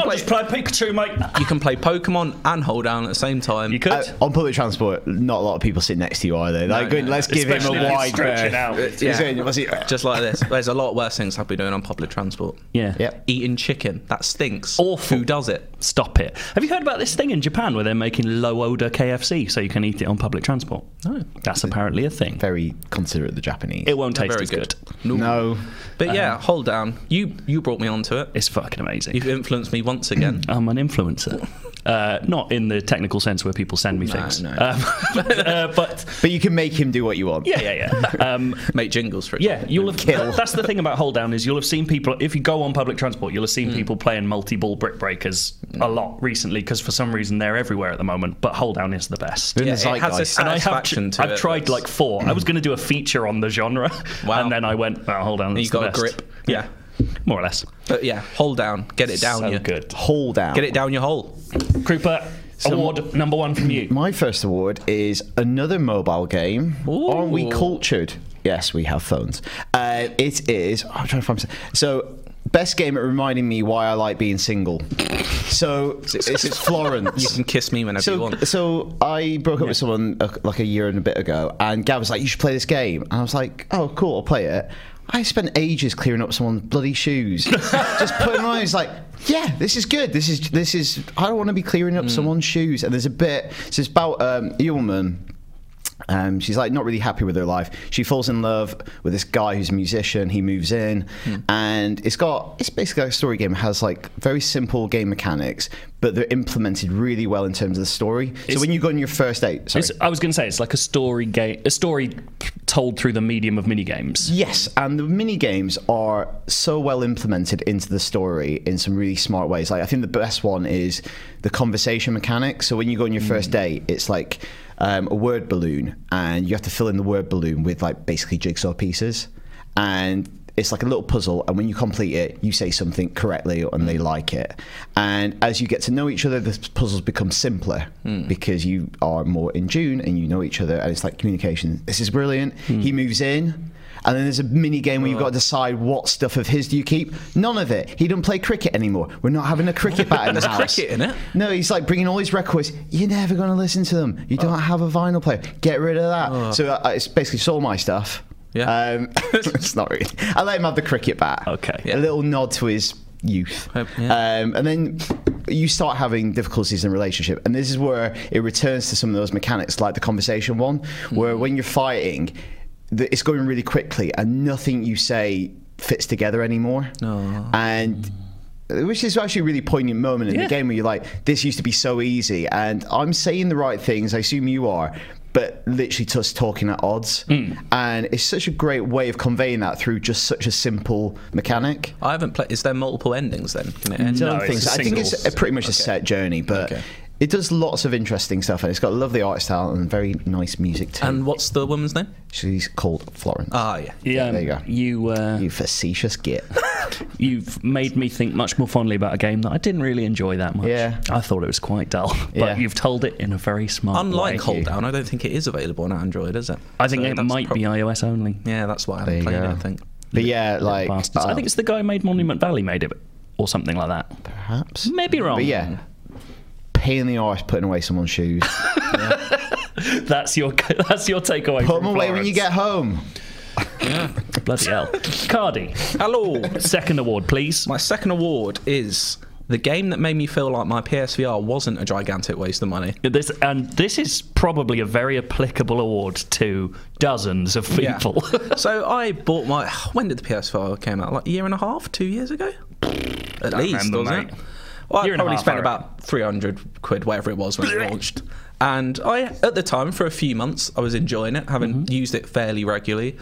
I'm play, just playing Pikachu, mate. you can play Pokemon and hold down at the same time. You could. Uh, on public transport, not a lot of people sit next to you, are they? Like, No, good, no. let's give Especially him if a you wide stretch it berth. out. He's Yeah. in, what's he- Just like this. There's a lot worse things I'd be doing on public transport. Yeah. Yep. Eating chicken. That stinks. Awful. Who does it? Stop it. Have you heard about this thing in Japan where they're making low odor KFC so you can eat it on public transport? No. That's apparently a thing. Oh. Very considerate of the Japanese. It won't They're taste very as good. no. But Um, yeah, hold down. You you brought me onto it. It's fucking amazing. You've influenced me once again. I'm an influencer. Uh, not in the technical sense where people send me things. no. Um, uh, but But you can make him do what you want. yeah, yeah, yeah. Um, Make jingles for it. yeah, you'll have. Kill. That's the thing about hold down is you'll have seen people. If you go on public transport, you'll have seen Hmm. people playing multi ball brick breakers a lot recently because for some reason they're everywhere at the moment. But hold down is the best. In Yeah, the it has this zeitgeist. And I have satisfaction to I've it tried that's- like four. I was going to do a feature on the genre, Wow. and then I went, oh, hold on, and that's you got a the best." grip. Yeah. more or less. But yeah, hold down. Get it down so you. good. Hole down. Get it down your hole. Krupa award number one from you. My first award is another mobile game. Aren't we cultured? Yes, we have phones. Uh, it is. oh, I'm trying to find. some- So, best game at reminding me why I like being single. So it's, it's Florence. You can kiss me whenever you so, want. so I broke up with someone uh, like a year and a bit ago, and Gav was like, "You should play this game," and I was like, "Oh, cool, I'll play it." I spent ages clearing up someone's bloody shoes, just putting on. It's like, yeah, this is good. This is this is. I don't want to be clearing Mm. up someone's shoes. And there's a bit. So it's about um, a woman. Um, she's like not really happy with her life. She falls in love with this guy who's a musician. He moves in, and it's got it's basically like a story game. It has like very simple game mechanics, but they're implemented really well in terms of the story. so when you go on your first date, sorry. It's, I was going to say it's like a story game, a story told through the medium of minigames. Yes, and the mini games are so well implemented into the story in some really smart ways. Like I think the best one is the conversation mechanic. So when you go on your first date, it's like um, a word balloon, and you have to fill in the word balloon with like basically jigsaw pieces, and it's like a little puzzle. And when you complete it, you say something correctly, and Mm. they like it. And as you get to know each other, the puzzles become simpler Mm. because you are more in tune and you know each other, and it's like communication. This is brilliant. Mm. He moves in. And then there's a mini game where you've got to decide what stuff of his do you keep. None of it. He doesn't play cricket anymore. We're not having a cricket bat in the There's house. cricket in it? No, he's like bringing all his records. You're never going to listen to them. You don't have a vinyl player. Get rid of that. So uh, it's basically all my stuff. Yeah. Um, it's not really. I let him have the cricket bat. Okay. A little nod to his youth. Hope- yeah. Um, and then you start having difficulties in a relationship. And this is where it returns to some of those mechanics, like the conversation one, Mm. where when you're fighting, the, it's going really quickly and nothing you say fits together anymore. And which is actually a really poignant moment in Yeah. the game where you're like, this used to be so easy. And I'm saying the right things, I assume you are. But literally, just talking at odds, Mm. and it's such a great way of conveying that through just such a simple mechanic. I haven't played. Is there multiple endings then? Can it end? I don't No, think it's so. a I think single- it's a, pretty much a set journey, but Okay. it does lots of interesting stuff, and it's got a lovely art style and very nice music too. And what's the woman's name? She's called Florence. Uh. Ah, yeah. Yeah, there you go. You, uh, you facetious git. you've made me think much more fondly about a game that I didn't really enjoy that much. Yeah. I thought it was quite dull, but Yeah. you've told it in a very smart Unlike way. Hold Down, I don't think it is available on Android, is it? I think So it that's might prob- be iOS only. Yeah, that's why I haven't you played it. go. I think. but yeah, like Bastards. I uh, think it's the guy who made Monument Valley made it, or something like that. perhaps. Maybe wrong. But yeah, pain in the arse putting away someone's shoes. that's your that's your takeaway. Put from them away when you get Florence. home. bloody hell. Cardi, Hello. second award, please. My second award is the game that made me feel like my PSVR wasn't a gigantic waste of money. This and this is probably a very applicable award to dozens of people. so I bought my. When did the PS4 came out? Like a year and a half, two years ago, at least, remember, wasn't mate. it? Well, Year I and a probably half, I spent reckon. about 300 quid, whatever it was, when it launched. And I, at the time, for a few months, I was enjoying it, having used it fairly regularly.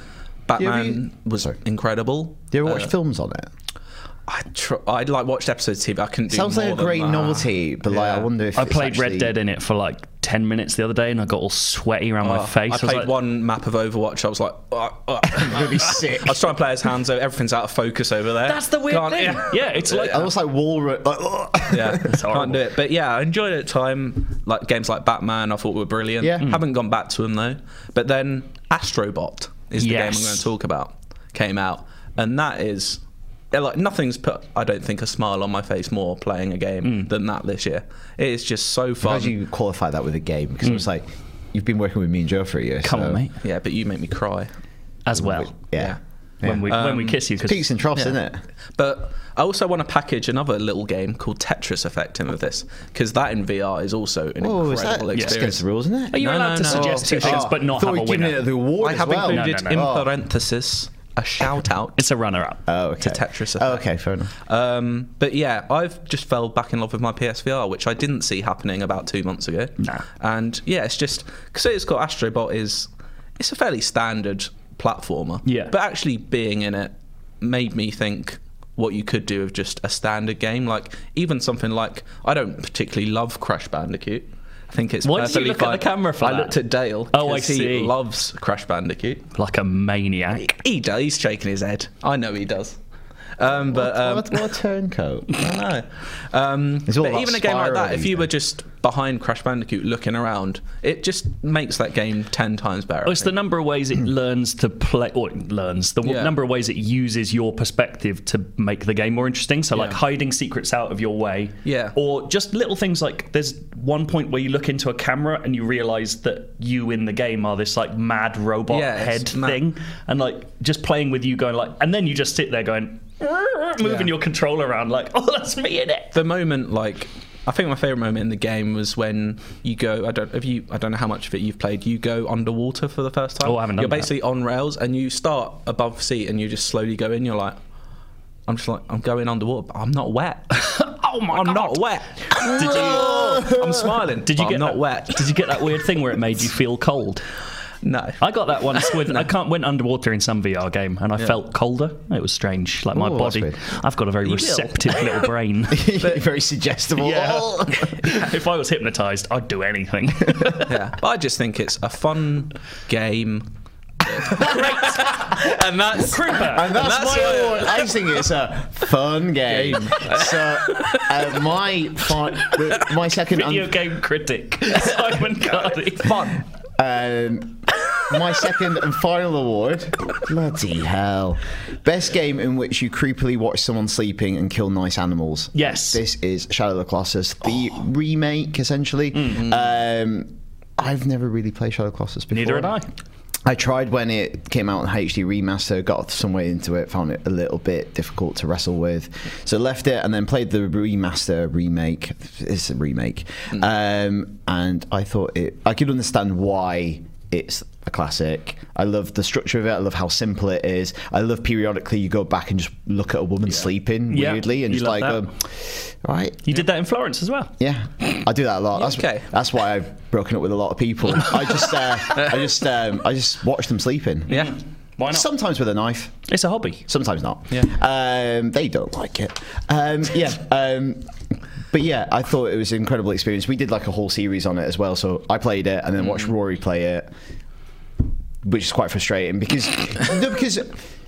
Batman Mm-hmm. you- was Sorry. incredible. Do you ever Uh, watch films on it? I tr- I like watched episodes of TV. I couldn't do Sounds like more a than great that. novelty, but like I wonder if I it's played actually- Red Dead in it for like 10 minutes the other day and I got all sweaty around Oh, my face. I was played like, one map of Overwatch. I was like, oh, oh. I'm gonna be sick. I was trying to play as Hanzo. Everything's out of focus over there. That's the weird Can't- thing. Yeah. Yeah. it's like I was like Walrus. Like, Yeah, horrible. can't do it. But yeah, I enjoyed it at the time. Like games like Batman, I thought were brilliant. Yeah. Mm. haven't gone back to them though. But then Astrobot is the game Yes. I'm going to talk about. Came out, and that is yeah, like nothing's put. I don't think a smile on my face more playing a game than that this year. It is just so How fun. do Mm. you qualify that with a game? Because it was like, you've been working with me and Joe for a year. Mm. come so- on, mate, yeah, but you make me cry. as well. Yeah. When we when we kiss you, because Peaks um, and troughs, Yeah. isn't it? But I also want to package another little game called Tetris Effect in with this because that in VR is also an Oh, is that incredible that's experience. against the rules, isn't are it? Oh, you No, allowed no, to no. suggest two things but not thought have we a were giving winner? it the award I as have well. included No, no, no. in parenthesis a shout out It's a runner up. oh, okay. to Tetris Effect. Oh, okay, fair enough. Um, but yeah, I've just fell back in love with my PSVR, which I didn't see happening about two months ago. Nah. And yeah, it's just because it's got Astrobot is it's a fairly standard platformer. Yeah. But actually being in it made me think what you could do with just a standard game, like even something like I don't particularly love Crash Bandicoot. I think it's Why did you perfectly look at fine. the camera for I that? looked at Dale. Oh, I 'cause he see. loves Crash Bandicoot. like a maniac. He does. He's shaking his head. I know he does. Um, but um, what, what a turncoat. I know. Um, It's all but about even a game like that, if spiraling, you were isn't just behind Crash Bandicoot looking around, it just makes that game ten times better. Oh, I it's the think. number of ways it learns to play, or it learns the w Yeah. number of ways it uses your perspective to make the game more interesting. So, like Yeah. hiding secrets out of your way, Yeah. or just little things like there's one point where you look into a camera and you realize that you in the game are this like mad robot Yeah, head it's mad. thing, and like just playing with you going like, and then you just sit there going, moving your controller around like, oh, that's me in it. the moment like I think my favorite moment in the game was when you go. I don't have you. I don't know how much of it you've played. You go underwater for the first time. Oh, I haven't done You're that. basically on rails and you start above sea and you just slowly go in. You're like, I'm just like, I'm going underwater, but I'm not wet. oh my I'm not wet. Did you? I'm smiling. Did you but get I'm not that- wet? Did you get that weird thing where it made you feel cold? No. I got that once with I can't went underwater in some VR game and I felt colder. It was strange. Like my Ooh, that's body, weird. I've got a very receptive little brain. Very suggestible. Oh. if I was hypnotized, I'd do anything. yeah. But I just think it's a fun game. and that's Creeper. And that's, that's my why- award. I think it's a fun game. so uh, my fi- the- my second un- Video game critic Simon Cardi. Fun. um, my second and final award. Bloody hell! Best game in which you creepily watch someone sleeping and kill nice animals. Yes. Oh. this is Shadow of the Colossus, the remake essentially. Mm-hmm. Um, I've never really played Shadow of the Colossus before. Neither had I. I tried when it came out in HD remaster, got some way into it, found it a little bit difficult to wrestle with, so left it and then played the remaster remake. It's a remake, Hmm. um, and I thought it. I could understand why it's a classic. I love the structure of it. I love how simple it is. I love periodically you go back and just look at a woman sleeping Yeah, weirdly and you just love like, that. um, right, You did that in Florence as well. yeah, I do that a lot. That's, okay. that's why I've broken up with a lot of people. I just, uh, I just, um, I just watch them sleeping. yeah. Why not? Sometimes with a knife, it's a hobby. sometimes not. Yeah. Um, they don't like it. Um, yeah. Um, but yeah, I thought it was an incredible experience. We did like a whole series on it as well. So I played it and then watched Rory play it, which is quite frustrating because no, because.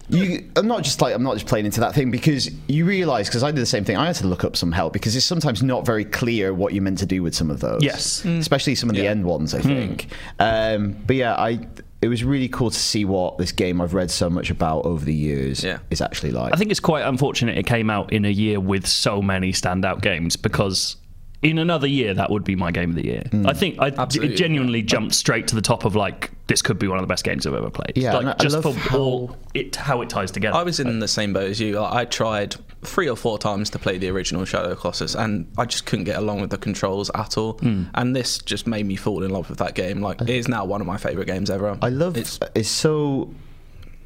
You, I'm not just like I'm not just playing into that thing because you realise because I did the same thing. I had to look up some help because it's sometimes not very clear what you're meant to do with some of those. Yes. especially some of the end ones. Hmm. I think. Um, but yeah, I it was really cool to see what this game I've read so much about over the years Yeah. is actually like. I think it's quite unfortunate it came out in a year with so many standout games because in another year that would be my game of the year. Hmm. I think I Absolutely. it genuinely jumped straight to the top of like this could be one of the best games I've ever played. Yeah, like, and I- I just love for how- all it how it ties together. I was in the same boat as you. I I tried three or four times to play the original Shadow of the Colossus, and I just couldn't get along with the controls at all. Hmm. And this just made me fall in love with that game. Like, it is now one of my favorite games ever. I love It's it's, so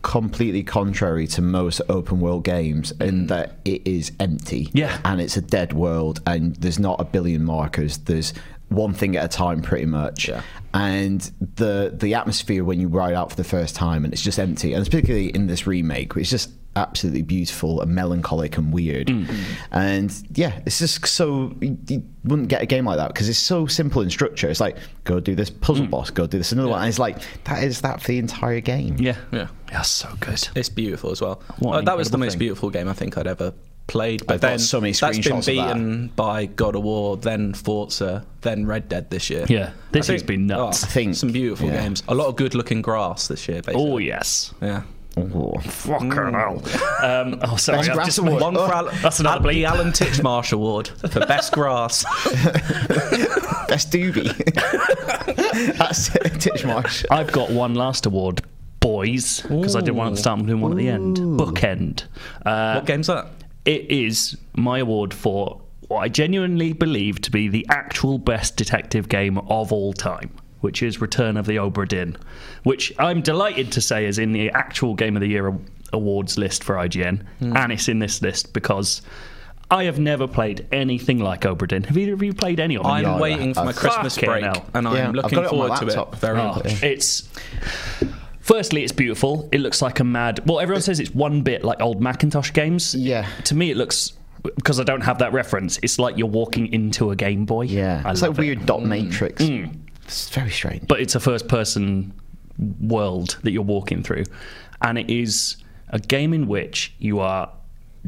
completely contrary to most open world games in that it is empty. Mm. Yeah. And it's a dead world and there's not a billion markers. There's one thing at a time pretty much. Yeah. And the the atmosphere when you ride out for the first time and it's just empty. And particularly in this remake, it's just absolutely beautiful and melancholic and weird. And yeah, it's just so you, you wouldn't get a game like that because it's so simple in structure. It's like go do this puzzle boss, go do this another one, and it's like that is that for the entire game. Yeah. Yeah. That's so good. It's beautiful as well. What an Uh, that was the incredible most thing. beautiful game I think I'd ever played. But I've got then so many that's screenshots been of that. beaten by God of War, then Forza, then Red Dead this year. Yeah. This I has been nuts. oh, I think, some beautiful yeah. games. A lot of good-looking grass this year. Basically. Oh yes. yeah. Oh. Fucking Mm. hell. Um, oh, sorry. Best I've grass just award. made- One for Al- That's another the bleep. Alan Titchmarsh Award for best grass. Best doobie. That's it, Titchmarsh. I've got one last award, boys, because I did one at the start and doing one at the end. Bookend. Uh, what game's that? It is my award for what I genuinely believe to be the actual best detective game of all time, which is Return of the Obra Dinn, which I'm delighted to say is in the actual Game of the Year awards list for IGN, and it's in this list because I have never played anything like Obra Dinn. Have either of you played any of them? I'm yeah, waiting for I've- my Christmas Fucking break, hell. and I'm Yeah, I've looking got it on my forward to laptop. it very Oh, much. it's firstly, it's beautiful. It looks like a mad. Well, everyone says it's one bit like old Macintosh games. Yeah. To me, it looks because I don't have that reference. It's like you're walking into a Game Boy. Yeah, I it's love like it. Mm. weird dot matrix. It's very strange. But it's a first-person world that you're walking through, and it is a game in which you are.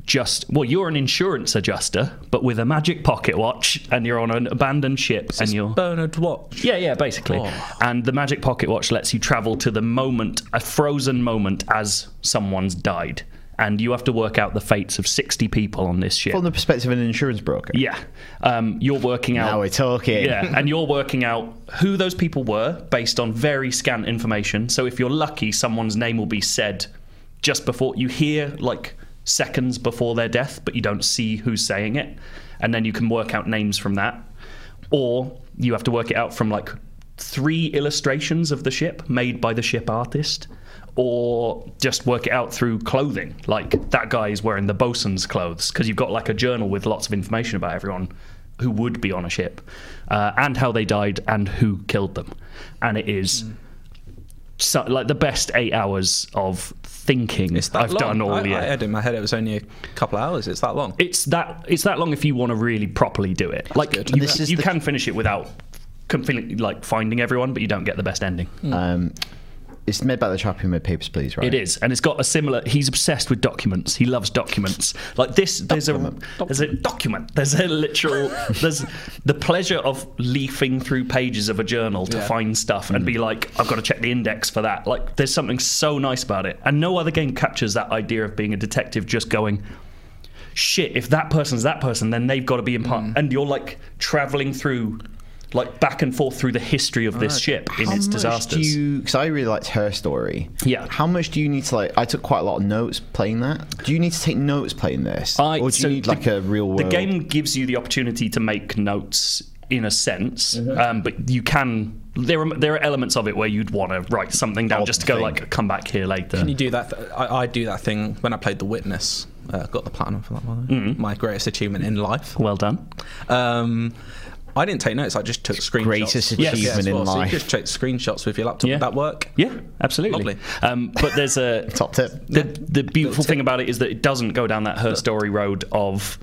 Just well, you're an insurance adjuster, but with a magic pocket watch, and you're on an abandoned ship, and you're Bernard Watch. yeah, yeah, basically. And the Magic Pocket Watch lets you travel to the moment, a frozen moment, as someone's died. And you have to work out the fates of 60 people on this ship. From the perspective of an insurance broker. yeah. Um, you're working out. Now we're talking. Yeah, and you're working out who those people were based on very scant information. So if you're lucky, someone's name will be said just before you hear, like seconds before their death, but you don't see who's saying it. And then you can work out names from that. Or you have to work it out from like three illustrations of the ship made by the ship artist. Or just work it out through clothing. Like that guy is wearing the bosun's clothes because you've got like a journal with lots of information about everyone who would be on a ship, uh, and how they died and who killed them. And it is Mm. so, like the best eight hours of thinking It's that I've long. done all I, year. I had in my head it was only a couple hours. It's that long. it's that it's that long if you want to really properly do it. Like you, this is you the- can finish it without completely like finding everyone, but you don't get the best ending. Um, it's made by the chap who made Papers, Please, right? It is, and it's got a similar. He's obsessed with documents. He loves documents. Like this, there's a there's a document. There's a literal. there's the pleasure of leafing through pages of a journal to find stuff and be like, I've got to check the index for that. Like there's something so nice about it, and no other game captures that idea of being a detective just going. Shit, if that person's that person, then they've got to be in part. And you're like traveling through, like back and forth through the history of this ship in How its much disasters. Do you? Because I really liked her story. Yeah. How much do you need to like? I took quite a lot of notes playing that. Do you need to take notes playing this, I- or do you so need the- like a real world? The game gives you the opportunity to make notes in a sense, Mm-hmm. um, but you can. There are there are elements of it where you'd want to write something down Odd just to go thing. like come back here later. Can you do that? Th- I, I do that thing when I played The Witness. Uh, got the platinum for that one. Mm-hmm. My greatest achievement in life. well done. Um, I didn't take notes. I just took screenshots. greatest Yes, achievement as in well. So you life. just take screenshots with your laptop. Yeah. Would that work? Yeah, absolutely. Lovely. Um, but there's a Top tip. The, the beautiful thing about it is that it doesn't go down that her story road of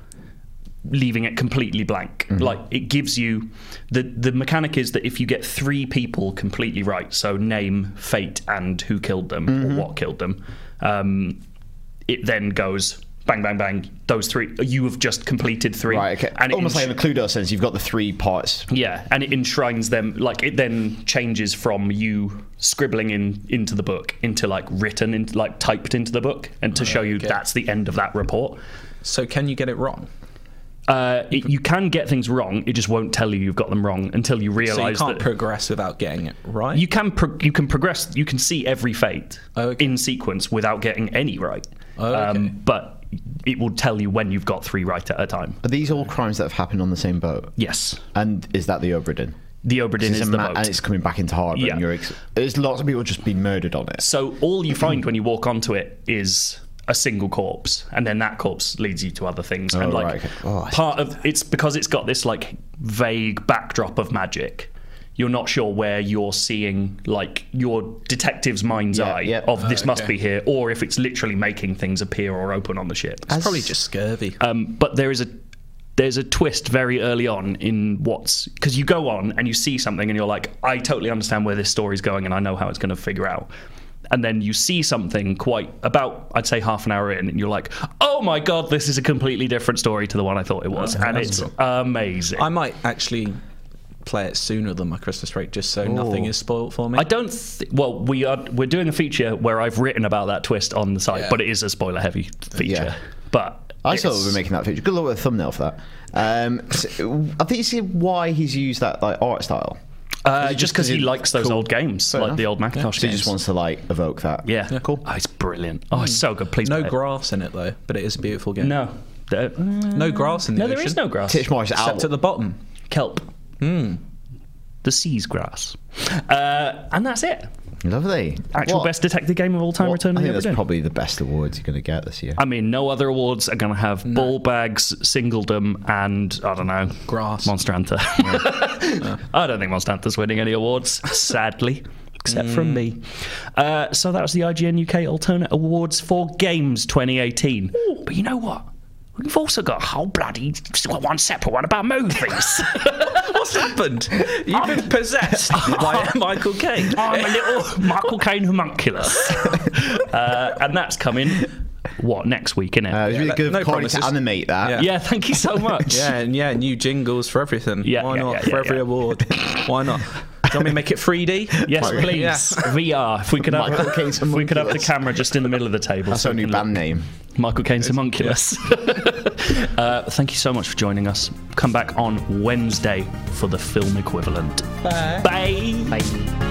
leaving it completely blank. Mm-hmm. Like it gives you the the mechanic is that if you get three people completely right, so name, fate, and who killed them Mm-hmm. or what killed them, um, it then goes bang, bang, bang. Those three, you have just completed three. Right. Okay. And it Almost ens- like in the Cluedo sense, you've got the three parts. yeah, and it enshrines them. Like it then changes from you scribbling in into the book into like written into like typed into the book, and to show you that's the end of that report. So can you get it wrong? Uh, it, you can get things wrong. It just won't tell you you've got them wrong until you So you realise can't that progress without getting it right. you can pro- you can progress. You can see every fate Oh, okay. in sequence without getting any right. Um, Oh, okay. but it will tell you when you've got three right at a time. Are these all crimes that have happened on the same boat? Yes, And is that the Obradin? the Oberdin It's is a the ma- boat. and it's coming back into harbour. Yeah. And you're ex- there's lots of people just been murdered on it. So all you find when you walk onto it is a single corpse, and then that corpse leads you to other things. and like right, okay. Oh, I see. part of it's because it's got this like vague backdrop of magic. you're not sure where you're seeing like your detective's mind's Yeah, eye yeah. Oh, of this must be here, or if it's literally making things appear or open on the ship. It's probably just scurvy. Um, but there is a there's a twist very early on in what's because you go on and you see something and you're like, I totally understand where this story's going and I know how it's going to figure out. And then you see something quite about I'd say half an hour in and you're like, oh my god, this is a completely different story to the one I thought it was, and it's amazing. I might actually play it sooner than my Christmas break just so nothing is spoiled for me. Oh. I don't. Th- well, we are we're doing a feature where I've written about that twist on the site, Yeah. but it is a spoiler heavy feature. Yeah. But I saw we it's- were making that feature. Good luck with the thumbnail for that. Um, so, I think you see why he's used that like art style. uh, just because he you- likes those cool. old games, like enough. the old Macintosh So he games. just wants to like evoke that. Yeah. Cool. Oh, it's brilliant. Oh, it's so good. Please no play it. grass in it though, but it is a beautiful game. No. There- No grass in the no, ocean. there is no grass. Hmm. Titchmarsh Except out. at the bottom. Kelp. The sea's grass. Uh, and that's it. Lovely. Actual What- best detective game of all time, what- Return I of the think that's Obra Dinn. probably the best awards you're going to get this year. Uh, I mean, no other awards are going to have ball bags, singledom, and I don't know, Grass. Monster Hunter. I don't think Monster Hunter's winning any awards, sadly, except Mm. from me. Uh, so that was the IGN UK Alternate Awards for Games 2018. But you know what? We've also got a whole bloody one separate one about movies. What's happened? You've been possessed by Michael Caine. I'm a little Michael Caine homunculus, uh, and that's coming. What next week, innit? Uh, it was really that- good no of Corey to promises. animate that. Yeah. yeah, thank you so much. Yeah, and yeah, new jingles for everything. Yeah, Why yeah, not? yeah, for yeah, every yeah. award. Why not? Do you want me to make it 3D? Yes, Yeah. please. VR. If we could have, Michael Caine's if we could have the homunculus. camera just in the middle of the table. That's our new band name. Michael Caine's homunculus. uh, thank you so much for joining us. Come back on Wednesday for the film equivalent. Bye. Bye.